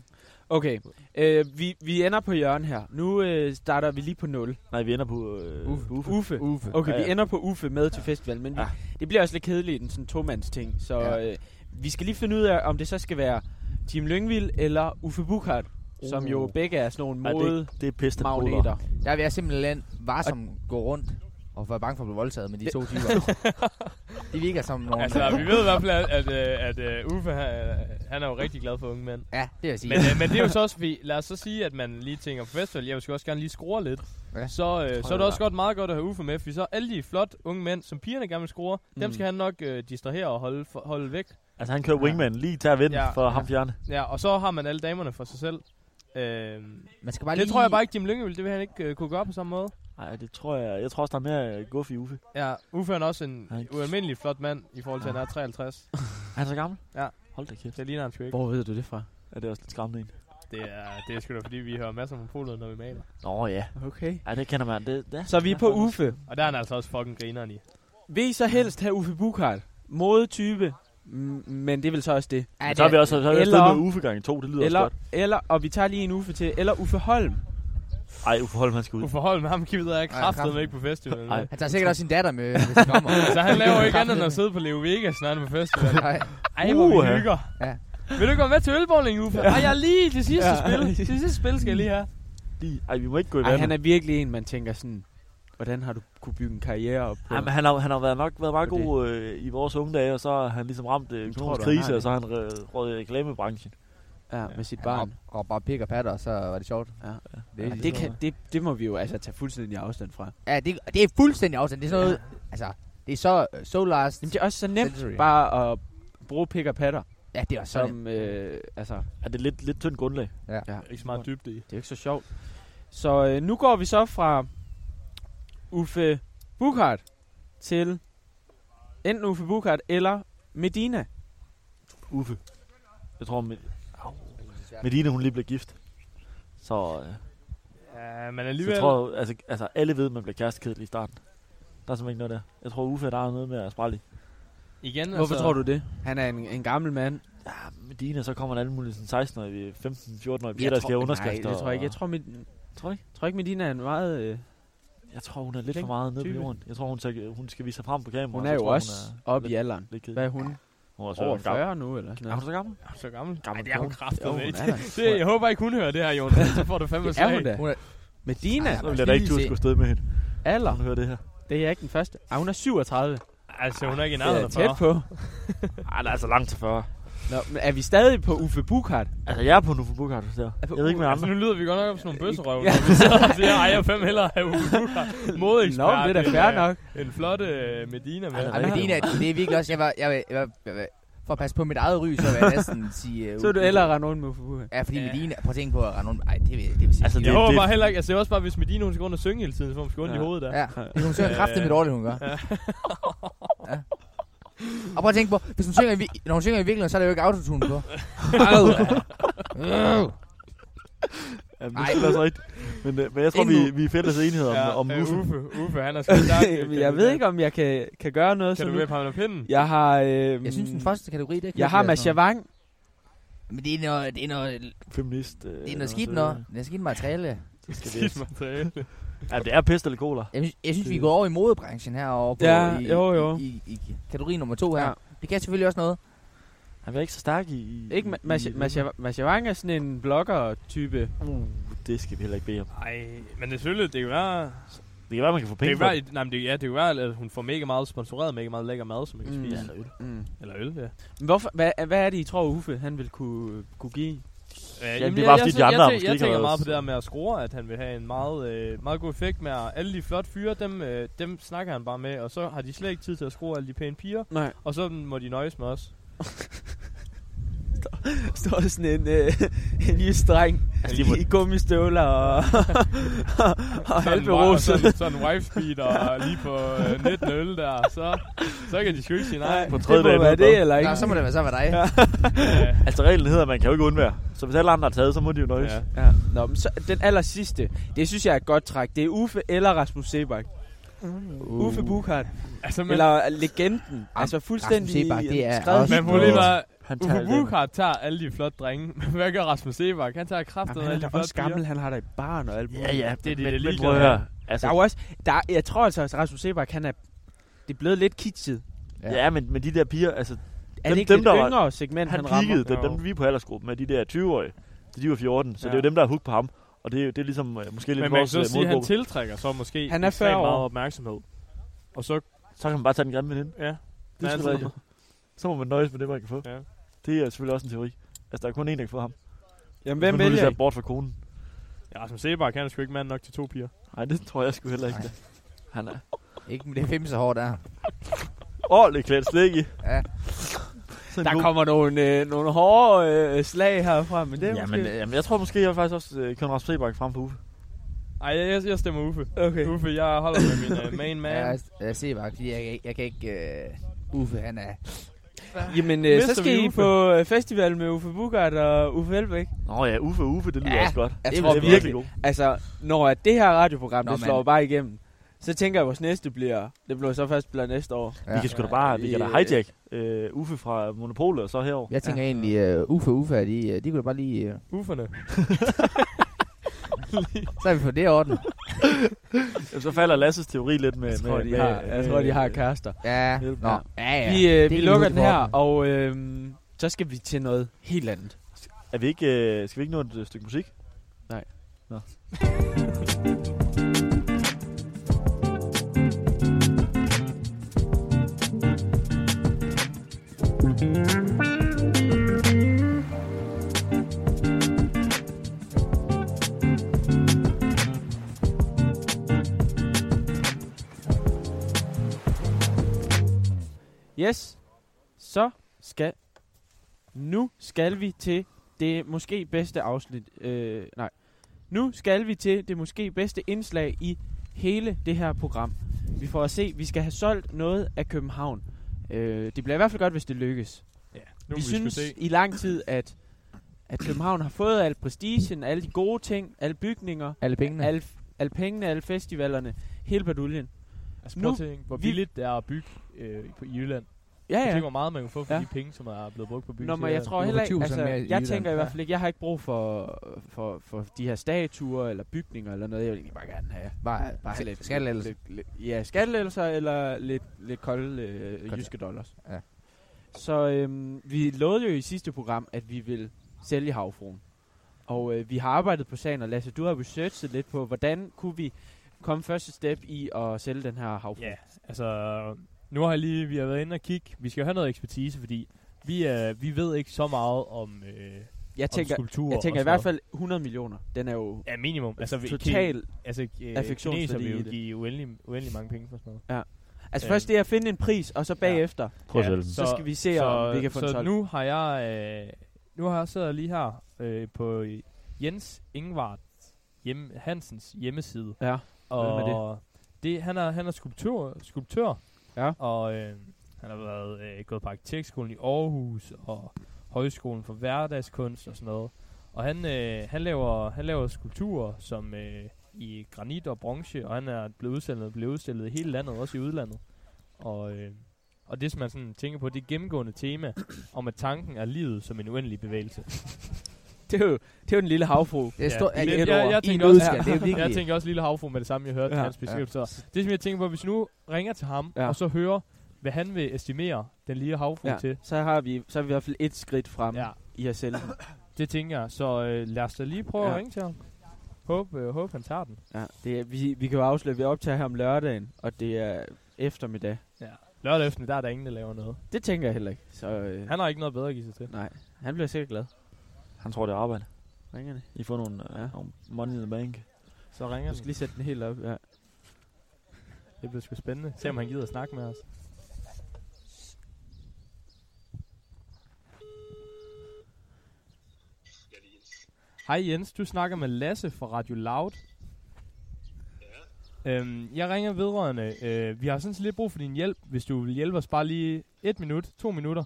Speaker 4: Okay, øh, vi, vi ender på Jørgen her. Nu øh, starter vi lige på 0.
Speaker 1: Nej, vi ender på øh,
Speaker 2: Uffe.
Speaker 1: Uffe. Uffe.
Speaker 4: Uffe.
Speaker 2: Uffe.
Speaker 4: Okay,
Speaker 1: Ja,
Speaker 4: vi
Speaker 1: ja.
Speaker 4: ender på Uffe med til festivalen, men vi,
Speaker 1: Ja.
Speaker 4: det bliver også lidt kedeligt, en sådan tomandsting. Så
Speaker 2: Ja.
Speaker 4: øh, vi skal lige finde ud af, om det så skal være Team Lyngvild eller Uffe Bukhardt, som
Speaker 1: Uh.
Speaker 4: jo begge er sådan nogle
Speaker 1: Nej,
Speaker 4: mode
Speaker 1: det, det er pisse, den
Speaker 4: magneter.
Speaker 2: Der vil jeg simpelthen varsom gå rundt og være bange for at blive voldtaget med de to typer. de virker som nogle...
Speaker 3: Altså, vi ved i hvert fald, at, øh, at, øh, Uffe, han, han er jo rigtig glad for unge mænd.
Speaker 2: Ja, det vil jeg sige.
Speaker 3: Men, øh, men det er jo så også, fordi, lad os så sige, at man lige tænker på festival, jeg vil sgu også gerne lige skrue lidt.
Speaker 2: Ja.
Speaker 3: Ja. Så, øh, så er
Speaker 1: jeg,
Speaker 3: det
Speaker 1: det
Speaker 3: også
Speaker 1: var.
Speaker 3: godt, meget godt at have Uffe med, for så alle de flot unge mænd, som pigerne gerne vil skrue, mm.
Speaker 4: Mm.
Speaker 3: dem skal han nok øh, distrahere og holde, for, holde væk.
Speaker 1: Altså, han kører wingman lige til at vinde
Speaker 3: Ja.
Speaker 1: ja. for ham fjerne.
Speaker 3: Ja, og så har man alle damerne for sig selv. Øh,
Speaker 2: Man skal bare lige...
Speaker 3: det tror jeg bare ikke, Jim Lyngvild, det vil han ikke øh, kunne gøre på samme måde.
Speaker 1: Nej, det tror jeg. Jeg tror også, der er mere øh, guff i Uffe.
Speaker 3: Ja, Uffe han er også en
Speaker 1: Han-
Speaker 3: ualmindelig flot mand i forhold til, at han er 53.
Speaker 1: Er han så gammel?
Speaker 3: Ja.
Speaker 1: Hold da kæft.
Speaker 3: Det ligner han sgu ikke.
Speaker 4: Hvor ved du det fra?
Speaker 1: Ja, det er også lidt skræmmende en.
Speaker 3: Det er, det er sgu da fordi, vi hører masser om polet, når vi maler.
Speaker 1: Nå ja.
Speaker 4: Okay.
Speaker 1: Ej, det kender man. Det, det.
Speaker 4: Så vi er på Uffe.
Speaker 3: Og der er han altså også fucking grineren i.
Speaker 4: Vil I så helst have Uffe Bukhardt? Modetype, m- men det er vel så også det.
Speaker 1: Men så er vi også så er vi også
Speaker 4: Eller-
Speaker 1: med Uffe gange to, det lyder
Speaker 4: Eller,
Speaker 1: også
Speaker 4: eller, og vi tager lige en Uffe til, eller Uffe Holm.
Speaker 1: godt. Ej, Uffe Holm, han skal ud.
Speaker 3: Uffe Holm, ham gider jeg kraftedeme
Speaker 2: kraften.
Speaker 3: ikke på festivalen.
Speaker 1: Ej.
Speaker 2: Han tager sikkert også sin datter med, hvis han kommer.
Speaker 3: Så han laver ikke andet end at sidde på Leo Vegas, når han er på festival.
Speaker 2: Nej.
Speaker 3: Ej, hvor vi
Speaker 1: Uha.
Speaker 3: hygger.
Speaker 2: Ja.
Speaker 3: Vil du gå med til ølbowling, Uffe? Ej, jeg er lige det sidste
Speaker 4: Ja.
Speaker 3: spil. Det sidste spil skal jeg lige have.
Speaker 1: Lige- Ej, vi må ikke gå i
Speaker 4: Ej,
Speaker 1: vandet.
Speaker 4: han er virkelig en, man tænker sådan, hvordan har du kunne bygge en karriere op på?
Speaker 1: Jamen, han har, han har været, nok, været meget
Speaker 4: Fordi-
Speaker 1: god øh, i vores unge dage, og så har han ligesom ramt øh, økonomisk
Speaker 4: tror du, han har
Speaker 1: krise,
Speaker 4: det?
Speaker 1: og så har han øh, røget i reklamebranchen.
Speaker 4: ja, med sit
Speaker 2: Barn.
Speaker 4: barn.
Speaker 2: Og bare pik og patter, og så var det sjovt.
Speaker 4: Ja.
Speaker 2: Det, er,
Speaker 4: Ja, det, kan, det, det må vi jo altså tage fuldstændig afstand fra.
Speaker 2: ja, det, det er fuldstændig afstand. Det er sådan noget, altså, det er så, så last.
Speaker 4: Jamen, det er også så nemt
Speaker 2: Century.
Speaker 4: bare at bruge pick og patter,
Speaker 2: Ja, det er også sådan.
Speaker 4: som, øh, altså,
Speaker 1: Er det lidt, lidt tyndt grundlag?
Speaker 3: Ikke så meget dybde i.
Speaker 4: det er jo ikke så sjovt. Så øh, nu går vi så fra Uffe Bukhardt til enten Uffe Bukhardt eller Medina.
Speaker 1: Uffe. Jeg tror, med, Medina, hun lige blev gift. Så, øh,
Speaker 3: Ja, men
Speaker 1: så
Speaker 3: alligevel...
Speaker 1: jeg tror, altså, altså alle ved, at man bliver kærestekedel i starten. Der er simpelthen ikke noget der. Jeg tror, Uffe, der er noget med at sprælle i.
Speaker 3: Igen, altså,
Speaker 4: Hvorfor tror du det? Han er en, en gammel mand.
Speaker 1: Ja, Medina, så kommer en anden mulighed, sådan 16 år, 15, 14 år,
Speaker 2: Jeg
Speaker 1: piger, der
Speaker 2: tror-
Speaker 1: skal have underskrifter.
Speaker 4: Nej, det tror jeg ikke. Jeg
Speaker 1: og-
Speaker 4: tror, med,
Speaker 1: tror du ikke.
Speaker 4: tror ikke Medina er en meget... Øh,
Speaker 1: Jeg tror, hun er lidt
Speaker 4: Flink
Speaker 1: for meget nede på
Speaker 4: type.
Speaker 1: jorden. Jeg tror, hun, tager, hun skal vise sig frem på kamera.
Speaker 4: hun
Speaker 1: så
Speaker 4: er
Speaker 1: jeg
Speaker 4: jo
Speaker 1: tror,
Speaker 4: også
Speaker 1: hun er
Speaker 4: oppe i
Speaker 1: lidt-
Speaker 4: alderen.
Speaker 1: lidt kedelig.
Speaker 4: Hvad er hun?
Speaker 1: Hun er også
Speaker 4: Over
Speaker 1: en gammel.
Speaker 4: 40 nu, eller
Speaker 1: Er hun
Speaker 4: sådan noget?
Speaker 1: så gammel?
Speaker 3: Så gammel.
Speaker 1: Gammel
Speaker 3: Ej, det er hun
Speaker 1: kone.
Speaker 4: Jo,
Speaker 3: kraftedeme
Speaker 4: hun
Speaker 3: ikke.
Speaker 4: er der.
Speaker 3: Det, jeg håber ikke, hun hører det her, Jon. Så får du fandme
Speaker 4: Det er hun
Speaker 3: slag.
Speaker 4: da.
Speaker 2: Hun er-
Speaker 4: Medina,
Speaker 1: Så vil jeg da ikke, du
Speaker 2: Lige se.
Speaker 1: skulle stå med hende.
Speaker 4: alder.
Speaker 1: Hun hører det her.
Speaker 4: Det er jeg ikke den første. Ah, hun er 37. Det
Speaker 3: Altså, hun er ikke i nærheden
Speaker 4: er
Speaker 3: af
Speaker 4: tæt
Speaker 3: 40.
Speaker 4: på.
Speaker 1: Ej, der er altså langt til 40.
Speaker 4: Nå, men er vi stadig på Uffe Bukhardt?
Speaker 1: Altså, jeg er på Nufo Bukhardt, der.
Speaker 4: på
Speaker 1: Jeg ved ikke med
Speaker 3: Altså,
Speaker 1: andre.
Speaker 3: nu lyder vi godt nok om sådan nogle
Speaker 4: Ja.
Speaker 3: bøsserøv, når vi sidder og siger, ej, jeg vil fandme hellere have modig
Speaker 4: Nå, men det er da fair nok.
Speaker 3: En flot øh, Medina, mand.
Speaker 1: Altså,
Speaker 2: Ej, men
Speaker 1: rigtig.
Speaker 2: Dina, det er virkelig også, jeg var, jeg, var, jeg, var, jeg var, for at passe på mit eget ry, så vil jeg næsten sige... Uh,
Speaker 4: Så vil du ellers rende rundt med Uffe Bukhardt.
Speaker 2: Ja, fordi
Speaker 3: Ja.
Speaker 2: ja. Medina, prøv at tænke på at rende rundt. Ej, det vil, det vil sige.
Speaker 1: Altså,
Speaker 2: Altså,
Speaker 1: det,
Speaker 3: Jeg håber bare
Speaker 1: det,
Speaker 3: heller ikke, altså det er også bare, hvis Medina, hun skal rundt og synge hele tiden, så får hun skal ondt i
Speaker 1: Ja.
Speaker 3: hovedet der.
Speaker 2: ja. Det hun synger kraftigt med dårligt, hun gør. Ja. Og prøv at tænke på, hvis hun synger i, vi- når hun synger i virkeligheden, så er der jo ikke autotune på. Au. Au.
Speaker 1: jamen,
Speaker 2: Ej.
Speaker 1: det er altså rigtigt. Men, øh, men jeg tror,
Speaker 2: Endnu.
Speaker 1: vi, vi er fælles enighed om, om
Speaker 3: øh,
Speaker 1: Uffe.
Speaker 3: Uffe. Uffe, han er sgu stærk.
Speaker 4: jeg ved ikke, om jeg kan, kan gøre noget
Speaker 3: Kan
Speaker 4: sådan
Speaker 3: du
Speaker 4: nu.
Speaker 3: væbe ham af pinden?
Speaker 4: Jeg har... Øh,
Speaker 2: jeg synes, den første kategori, det kan
Speaker 4: jeg har
Speaker 2: være sådan
Speaker 4: Mashavang.
Speaker 2: noget. Men det er noget, det er noget, det
Speaker 1: Feminist. øh,
Speaker 2: er noget
Speaker 1: og
Speaker 2: skidt
Speaker 1: så-
Speaker 2: noget. Det er skidt materiale.
Speaker 1: så skal
Speaker 3: Skidt
Speaker 1: det-
Speaker 3: materiale.
Speaker 1: Ja, det er pest eller cola.
Speaker 2: Jeg synes, jeg synes vi går over i modebranchen herovre på,
Speaker 4: Øh. Ja,
Speaker 2: i,
Speaker 4: jo, jo.
Speaker 2: I, i, i, kategori nummer to her.
Speaker 4: Ja.
Speaker 2: Det kan selvfølgelig også noget.
Speaker 1: Han er ikke så stærk i... i
Speaker 4: Ikke Ma- Masha- Masha- Mashavang er sådan en blogger-type.
Speaker 1: Uh, Det skal vi heller ikke bede om.
Speaker 3: Ej, men det er selvfølgelig, det kan være...
Speaker 1: Det kan være, man kan få
Speaker 3: Det
Speaker 1: penge
Speaker 3: kan
Speaker 1: for det.
Speaker 3: være, nej, men det, ja, det kan være, at hun får mega meget sponsoreret, mega meget lækker mad, som man kan
Speaker 4: Mm.
Speaker 3: spise.
Speaker 4: Ja.
Speaker 1: øl.
Speaker 4: Mm.
Speaker 3: Eller øl, ja.
Speaker 4: Men Hvorfor, hvad, hvad er det, I tror, Uffe han vil kunne, kunne give?
Speaker 3: Ja,
Speaker 1: det er bare, fordi de
Speaker 3: Øh, jeg,
Speaker 1: andre
Speaker 3: jeg,
Speaker 1: har
Speaker 3: jeg,
Speaker 1: måske
Speaker 3: jeg
Speaker 1: ikke
Speaker 3: tænker
Speaker 1: været
Speaker 3: meget på
Speaker 1: så-
Speaker 3: det der med at score, at han vil have en meget, øh, meget god effekt med at alle de flotte fyre, dem, øh, dem snakker han bare med, og så har de slet ikke tid til at score alle de pæne piger,
Speaker 4: Nej.
Speaker 3: og så må de nøjes med os.
Speaker 4: Står der sådan en, øh, en jysk dreng
Speaker 1: Altså, de må,
Speaker 4: i, i gummistøvler og, og, og halvberuset.
Speaker 3: Sådan, sådan wife speed og lige på øh, 19 øl der, så, så kan de sgu ikke sige nej.
Speaker 1: på tredje
Speaker 4: Det
Speaker 1: dag
Speaker 4: må
Speaker 1: ved
Speaker 4: være
Speaker 1: du
Speaker 4: det,
Speaker 1: hvad.
Speaker 4: eller ikke?
Speaker 2: Nå, så må det være så være dig.
Speaker 4: Ja.
Speaker 3: Øh,
Speaker 1: altså reglen hedder, at man kan jo ikke undvære. Så hvis alle andre har taget, så må de jo nøjes.
Speaker 3: ja.
Speaker 4: Ja. Nå, men så, den aller sidste, det synes jeg er et godt træk. Det er Uffe eller Rasmus Sebak. Uh. Uffe Bukhardt.
Speaker 3: Altså, men,
Speaker 4: Eller legenden. Altså
Speaker 2: Rasmus
Speaker 4: fuldstændig
Speaker 2: Seebach, det er
Speaker 4: skrevet
Speaker 2: også-
Speaker 4: hit
Speaker 2: Nå.
Speaker 3: men
Speaker 4: på-
Speaker 3: problemet er,
Speaker 1: Han tager
Speaker 3: Uffe
Speaker 1: den.
Speaker 3: Bukhardt tager alle de flotte drenge. Men Hvad gør Rasmus Sebak? Han tager kraftet
Speaker 4: Jamen,
Speaker 3: af
Speaker 4: han
Speaker 3: alle
Speaker 4: er
Speaker 3: de
Speaker 4: da også
Speaker 3: flotte
Speaker 4: gammel,
Speaker 3: piger.
Speaker 4: han har da et barn og alt muligt.
Speaker 1: Ja, ja.
Speaker 3: Det er de, der
Speaker 1: men,
Speaker 3: er
Speaker 1: men
Speaker 3: ligeglade
Speaker 1: prøv at høre.
Speaker 4: Der
Speaker 1: Altså,
Speaker 4: er jo også, der, er- jeg tror altså, at Rasmus Sebak, han er, det er blevet lidt kitschet.
Speaker 1: ja. men, men de der piger, altså,
Speaker 4: Er
Speaker 1: Dem-
Speaker 4: det ikke
Speaker 1: dem,
Speaker 4: dem,
Speaker 1: der
Speaker 4: lidt
Speaker 1: var-
Speaker 4: yngre segment, han,
Speaker 1: han, han
Speaker 4: rammer?
Speaker 1: peakede, dem,
Speaker 3: Jo.
Speaker 1: dem vi er på aldersgruppen med, de der 20-årige, så de var 14, så
Speaker 3: Ja.
Speaker 1: det er jo dem, der er hooked på ham. Og det, er- det er ligesom øh, måske lidt
Speaker 3: Men man kan
Speaker 1: vores
Speaker 3: så
Speaker 1: øh,
Speaker 3: sige, at han
Speaker 1: målgruppe.
Speaker 3: tiltrækker så måske
Speaker 4: Han er
Speaker 3: ekstremt
Speaker 4: 40 år.
Speaker 3: meget opmærksomhed. Og så,
Speaker 1: Så kan man bare tage den grimme veninde.
Speaker 3: ja,
Speaker 1: Det er
Speaker 3: Ja,
Speaker 1: sgu
Speaker 3: altså.
Speaker 1: rigtigt. Så må man nøjes med det, man kan få.
Speaker 3: Ja.
Speaker 1: Det er selvfølgelig også en teori. Altså, der er kun én, der kan få ham.
Speaker 4: Jamen,
Speaker 1: Hvis man
Speaker 4: hvem
Speaker 1: nu
Speaker 4: vælger
Speaker 1: lige ser
Speaker 4: I?
Speaker 1: bort fra konen.
Speaker 3: ja, Rasmus Sebak, han er sgu ikke mand nok til to piger.
Speaker 1: Nej, det tror jeg sgu heller ikke.
Speaker 2: Nej.
Speaker 1: det. Han er...
Speaker 2: Ikke med det femse hår der.
Speaker 1: Ordentligt klædt slik i.
Speaker 2: Ja.
Speaker 1: Sådan
Speaker 4: Der
Speaker 1: god-
Speaker 4: kommer nogle, øh, nogle hårde øh, slag herfra, men det er
Speaker 1: Jamen,
Speaker 4: måske...
Speaker 1: øh, jamen, jeg tror måske, jeg vil faktisk også øh, Conrad Sebak frem for Uffe.
Speaker 3: Ej, jeg, jeg, jeg stemmer Uffe.
Speaker 4: Okay. altså-
Speaker 3: Uffe, jeg holder med min uh, main man.
Speaker 2: Ja, jeg, jeg ser bare, fordi jeg, jeg, jeg kan ikke... Uh, øh, Uffe, han er...
Speaker 4: Jamen, øh, så
Speaker 3: Mister vi
Speaker 4: skal I
Speaker 3: Uffe?
Speaker 4: på øh, festival med Uffe Bugart og Uffe Elbæk.
Speaker 1: Nå ja, Uffe Uffe, det lyder
Speaker 4: Ja,
Speaker 1: også godt.
Speaker 4: jeg
Speaker 1: det
Speaker 4: tror
Speaker 1: er
Speaker 4: virkelig.
Speaker 1: virkelig god.
Speaker 4: Altså, når at det her radioprogram,
Speaker 2: Nå,
Speaker 4: Nå, det
Speaker 2: mand.
Speaker 4: slår bare igennem, så tænker jeg, at vores næste bliver, det bliver så først bliver næste år.
Speaker 1: Vi kan sgu da
Speaker 4: Ja,
Speaker 1: bare, vi kan da
Speaker 4: i, øh,
Speaker 1: hijack øh, Uffe fra Monopolet og så herover.
Speaker 2: Jeg tænker ja. egentlig, uh, Uffe og Uffe, er de, øh, de kunne da bare lige... Uh,
Speaker 3: Uferne.
Speaker 2: så har vi fået det ordnet.
Speaker 1: Jamen, Så falder Lasses teori lidt med...
Speaker 4: Jeg tror,
Speaker 1: med,
Speaker 4: de
Speaker 1: med, øh,
Speaker 4: har, jeg tror, de har kærester.
Speaker 2: Ja,
Speaker 1: Hjælp,
Speaker 2: nå.
Speaker 1: ja.
Speaker 2: Ja, ja.
Speaker 4: Vi, øh,
Speaker 2: Det
Speaker 4: vi
Speaker 2: kan
Speaker 4: lukker
Speaker 2: hurtigt
Speaker 4: den
Speaker 2: få
Speaker 4: her,
Speaker 2: ordnet.
Speaker 4: og øh, så skal vi til noget helt andet.
Speaker 1: Er vi ikke, øh, skal vi ikke nå et øh, stykke musik?
Speaker 4: Nej.
Speaker 1: Nå.
Speaker 4: Yes. Så skal... Nu skal vi til det måske bedste afsnit... Øh, nej. Nu skal vi til det måske bedste indslag i hele det her program. Vi får at se, vi skal have solgt noget af København. Øh, det bliver i hvert fald godt, hvis det lykkes. vi
Speaker 3: Nu vi
Speaker 4: synes
Speaker 3: se.
Speaker 4: i lang tid, at, at København har fået al prestigen, alle de gode ting, alle bygninger,
Speaker 2: Alle pengene.
Speaker 4: alle, alle pengene, alle festivalerne, hele baduljen.
Speaker 3: Altså,
Speaker 4: nu-
Speaker 3: prøv at tænke, hvor
Speaker 4: vi-
Speaker 3: billigt det er at bygge øh, på i Jylland.
Speaker 4: Ja,
Speaker 3: Ja, ja.
Speaker 4: ja.
Speaker 3: Tænk, hvor meget man kan få for
Speaker 4: Ja.
Speaker 3: ja. de penge, som er blevet brugt på byen.
Speaker 4: Nå, men jeg tror
Speaker 2: Det
Speaker 4: heller
Speaker 2: var
Speaker 4: ikke,
Speaker 2: 20%
Speaker 4: altså,
Speaker 2: mere i
Speaker 4: jeg
Speaker 2: Jylland.
Speaker 4: tænker i
Speaker 2: Ja.
Speaker 4: hvert fald ikke, jeg har ikke brug for, for, for de her statuer eller bygninger eller noget, jeg vil egentlig bare gerne have.
Speaker 2: Bare, bare lidt. Skattelættelse.
Speaker 4: Lidt, lidt, ja, skattelettelser eller lidt, lidt kolde øh,
Speaker 2: Kolde.
Speaker 4: jyske dollars.
Speaker 2: Ja.
Speaker 4: Så øhm, vi lovede jo i sidste program, at vi ville sælge havfruen. Og øh, vi har arbejdet på sagen, og Lasse, du har researchet lidt på, hvordan kunne vi komme første step i at sælge den her havfru.
Speaker 3: Ja, altså, nu har jeg lige, vi har været inde og kigge. Vi skal jo have noget ekspertise, fordi vi, øh, vi ved ikke så meget om, øh,
Speaker 4: Jeg tænker,
Speaker 3: om skulpturer.
Speaker 4: jeg tænker
Speaker 3: og
Speaker 4: i
Speaker 3: sådan
Speaker 4: hvert fald 100 millioner. Den er jo
Speaker 3: noget. Ja, minimum. Altså, vi-
Speaker 4: total
Speaker 3: ki- altså øh,
Speaker 4: affektionsværdi
Speaker 3: kineser vil
Speaker 4: i
Speaker 3: jo
Speaker 4: det.
Speaker 3: give uendelig, uendelig mange penge for sådan noget.
Speaker 4: Altså
Speaker 3: Øhm.
Speaker 4: først det er at finde en pris, og så bagefter, ja.
Speaker 1: Prøv at sælge den.
Speaker 4: så, skal vi se, om vi kan få
Speaker 3: så
Speaker 4: en solgt.
Speaker 3: nu har jeg, øh, nu har jeg sidder lige her øh, på Jens Ingvard hjem, Hansens hjemmeside.
Speaker 4: Ja. Hvem
Speaker 3: Og det? Det, han, er, han er skulptør, skulptør
Speaker 4: Ja.
Speaker 3: og øh, han har været øh, gået på arkitektskolen i Aarhus og højskolen for hverdagskunst og sådan noget. Og han, øh, han, laver, han laver skulpturer som øh, i granit og bronze, og han er blevet udstillet, blevet udstillet i hele landet, også i udlandet. Og, øh, og det, som man sådan tænker på, det gennemgående tema om, at tanken er livet som en uendelig bevægelse.
Speaker 4: Det er jo, det er jo den lille havfru.
Speaker 2: Det er
Speaker 3: Ja,
Speaker 2: stort.
Speaker 3: det-
Speaker 2: Ja,
Speaker 3: jeg-
Speaker 2: et
Speaker 3: jeg-
Speaker 2: ord.
Speaker 3: jeg
Speaker 2: I en
Speaker 3: tænker også-
Speaker 2: nødskal. Det er jo
Speaker 3: Jeg
Speaker 2: virkelig.
Speaker 3: tænker også Lille Havfru med det samme, jeg hørte
Speaker 4: Ja,
Speaker 3: ja, hans
Speaker 2: ja.
Speaker 3: beskrivelse. Ja. Det, som jeg tænker på, hvis nu ringer til ham,
Speaker 4: Ja.
Speaker 3: ja. og så hører, hvad han vil estimere den lille havfru ja.
Speaker 4: Ja,
Speaker 3: til.
Speaker 4: så har vi så er vi i hvert fald et skridt frem ja.
Speaker 3: Ja,
Speaker 4: i at sælge.
Speaker 3: det tænker jeg. Så øh, lad os da lige prøve ja.
Speaker 4: Ja.
Speaker 3: at ringe til ham. Håb, øh, håb han tager den.
Speaker 4: Ja, det er, vi, vi kan jo afsløre, at vi optager her om lørdagen, og det er eftermiddag.
Speaker 3: Lørdag eftermiddag der er der ingen, der laver noget.
Speaker 4: Det tænker jeg heller ikke. Så øh,
Speaker 3: Han har ikke noget bedre at give sig til.
Speaker 4: nej, han bliver sikkert glad.
Speaker 1: Han tror, det er arbejde.
Speaker 4: Ringerne.
Speaker 1: I får nogle, øh,
Speaker 4: Ja.
Speaker 1: ja. nogle money in the bank.
Speaker 3: Så ringer
Speaker 4: Du
Speaker 3: han.
Speaker 4: skal lige sætte den helt op. Ja.
Speaker 3: Det bliver sgu spændende. Se om han gider at snakke med os. Hej Jens, du snakker med Lasse fra Radio Loud. Ja. Øhm, jeg ringer vedrørende. Øh, vi har sådan set lidt brug for din hjælp, hvis du vil hjælpe os bare lige et minut, to minutter.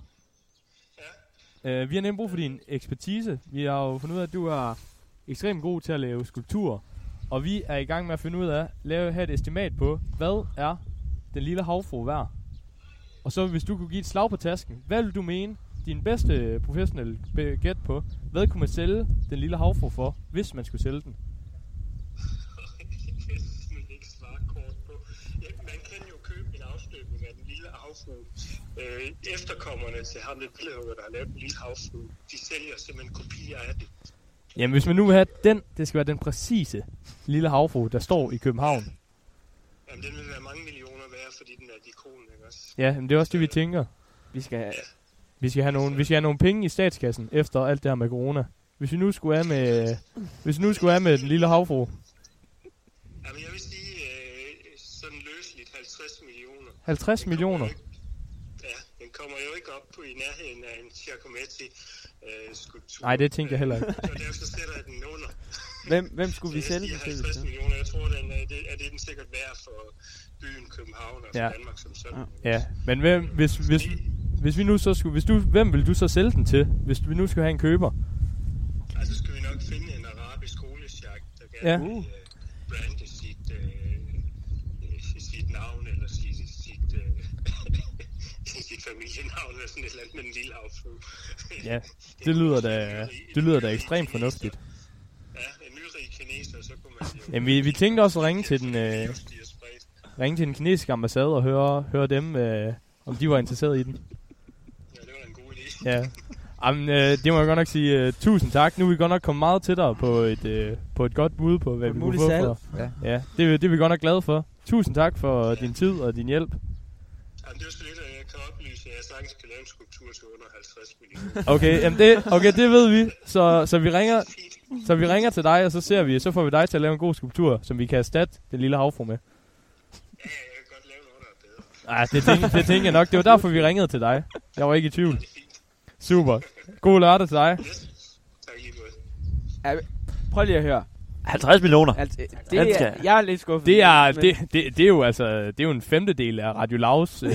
Speaker 3: Ja. Øh, vi har nemlig brug for din ekspertise. Vi har jo fundet ud af, at du er ekstremt god til at lave skulpturer. Og vi er i gang med at finde ud af, lave her et estimat på, hvad er den lille havfru værd? Og så hvis du kunne give et slag på tasken, hvad vil du mene, din bedste øh, professionelle be- gæt på, hvad kunne man sælge den lille havfru for, hvis man skulle sælge den?
Speaker 7: Det kan jeg simpelthen ikke svare kort på. Ja, man kan jo købe en afstøbning af den lille havfru. Øh, efterkommerne til ham, den billedhugger, der har lavet den lille havfru, de sælger simpelthen kopier af den.
Speaker 3: Jamen hvis man nu vil have den, det skal være den præcise lille havfru, der står i København.
Speaker 7: Jamen, den vil være mange millioner værd, fordi den er et ikon, ikke også?
Speaker 3: Ja, men det er også det vi tænker.
Speaker 4: Vi skal have,
Speaker 3: Vi skal have nogle, vi skal have nogle penge i statskassen efter alt det her med corona. Hvis vi nu skulle af med, hvis vi nu skulle af med den lille havfru,
Speaker 7: Jamen, jeg vil sige øh, sådan løsligt 50 millioner.
Speaker 3: 50 millioner.
Speaker 7: Ja, den kommer jo ikke op på i nærheden af en Giacometti-skulptur.
Speaker 3: Nej, det tænker jeg heller ikke.
Speaker 7: Øh, Så derfor sætter jeg den under.
Speaker 4: hvem, hvem skulle vi
Speaker 7: Så jeg
Speaker 4: sælge den
Speaker 7: siger
Speaker 4: til?
Speaker 7: 50
Speaker 4: hvis det
Speaker 7: millioner, jeg tror, den er, det, er det den sikkert værd for byen København og for
Speaker 3: Ja.
Speaker 7: Danmark som sådan.
Speaker 3: Ja, men hvem, hvis, hvis, Hvis vi nu så skulle, hvis du, hvem vil du så sælge den til, hvis vi nu skulle have en køber?
Speaker 7: Altså, så skal vi nok finde en arabisk skolesjak, der gerne
Speaker 3: Ja.
Speaker 7: ja. vil uh, brande sit, uh, sit navn, eller sit, sit, uh, sit familienavn, eller sådan et eller andet med en lille havfru.
Speaker 3: Ja, det lyder da, det lyder da ekstremt fornuftigt.
Speaker 7: Ja, en nyrig kineser, så kunne man jo...
Speaker 3: Jamen, vi, vi tænkte også at ringe til den, øh,
Speaker 7: De er spredt.
Speaker 3: ringe til den kinesiske ambassade og høre, høre dem, øh, om de var interesseret i den.
Speaker 7: Ja, det var da en god idé.
Speaker 3: Ja. Jamen, øh, det må jeg godt nok sige øh, tusind tak. Nu er vi godt nok kommet meget tættere på et, øh, på et godt bud på, hvad
Speaker 4: et
Speaker 3: vi kunne
Speaker 4: muligt
Speaker 3: få
Speaker 4: salg.
Speaker 3: for.
Speaker 2: Ja.
Speaker 3: Ja, det, er vi- det er vi godt nok glade for. Tusind tak for din tid og din hjælp.
Speaker 7: Jamen, det er så lidt, at jeg kan oplyse, at jeg sagtens kan lave en skulptur til under 50 millioner.
Speaker 3: Okay, jamen det, okay, det ved vi. Så, så, vi ringer,
Speaker 7: Fint.
Speaker 3: så vi ringer til dig, og så ser vi, så får vi dig til at lave en god skulptur, som vi kan erstatte den lille havfru med.
Speaker 7: Ja, ja, jeg kan godt lave noget, der er bedre.
Speaker 3: Ej, det, tænker, det tænker jeg nok. Det var derfor, vi ringede til dig. Jeg var ikke i tvivl.
Speaker 7: Det er fint.
Speaker 3: Super. God lørdag til dig.
Speaker 7: Yes. Tak i lige måde.
Speaker 4: Prøv lige at høre.
Speaker 1: 50 millioner.
Speaker 4: Altså, øh,
Speaker 1: Han
Speaker 4: det er,
Speaker 1: skal-
Speaker 4: jeg er lidt skuffet.
Speaker 3: Det er,
Speaker 4: men-
Speaker 3: det, det, det er jo altså, det er jo en femtedel af Radio Lavs øh,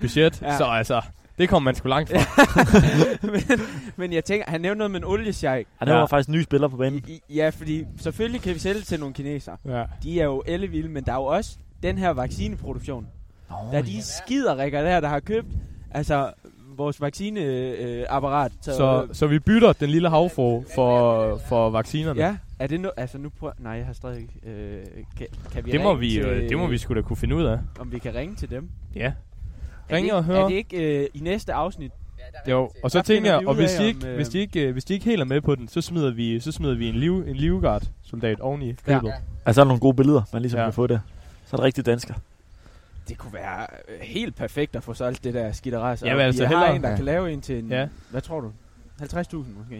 Speaker 3: budget,
Speaker 4: Ja.
Speaker 3: ja. så altså, det kommer man sgu langt fra.
Speaker 4: men, men jeg tænker, han nævnte noget med en oliesjejk.
Speaker 1: Han ja.
Speaker 3: Ja.
Speaker 1: var faktisk nye spillere på banen.
Speaker 4: I- Ja, fordi selvfølgelig kan vi sælge til nogle kinesere.
Speaker 3: Ja.
Speaker 4: De er jo ellevilde, men der er jo også den her vaccineproduktion.
Speaker 1: Nå,
Speaker 4: Der er de skiderikker der, der har købt altså vores vaccineapparat. Øh, apparat.
Speaker 3: Så, så vi bytter den lille havfru for, for vaccinerne.
Speaker 4: øh, ja, er det nu... Altså nu prøver... Nej, jeg har stadig ikke... Øh, kan, kan vi
Speaker 3: Det må
Speaker 4: ringe
Speaker 3: vi,
Speaker 4: til,
Speaker 3: øh, det må vi sgu da kunne finde ud af.
Speaker 4: Om vi kan ringe til dem.
Speaker 3: Ja.
Speaker 4: Er
Speaker 3: Ring
Speaker 4: det,
Speaker 3: og hør.
Speaker 4: Er det ikke øh, i næste afsnit?
Speaker 3: Jo, og så
Speaker 4: Der
Speaker 3: tænker
Speaker 4: finder
Speaker 3: jeg,
Speaker 4: vi
Speaker 3: og
Speaker 4: ud
Speaker 3: hvis
Speaker 4: af,
Speaker 3: de,
Speaker 4: om,
Speaker 3: ikke,
Speaker 4: øh,
Speaker 3: hvis, de ikke, øh, hvis de ikke helt er med på den, så smider vi, så smider vi en, liv, en livgard-soldat oveni købet. Ja.
Speaker 1: Altså, der er nogle gode billeder, man ligesom
Speaker 3: Ja.
Speaker 1: ja. kan få det. Så er det rigtig dansker.
Speaker 4: Det kunne være øh, helt perfekt at få solgt det der skitteras.
Speaker 3: Jeg vil altså
Speaker 4: jeg har
Speaker 3: hellere-
Speaker 4: en, der
Speaker 2: Ja.
Speaker 4: kan lave en til en...
Speaker 3: Ja.
Speaker 4: Hvad tror du? 50.000 måske?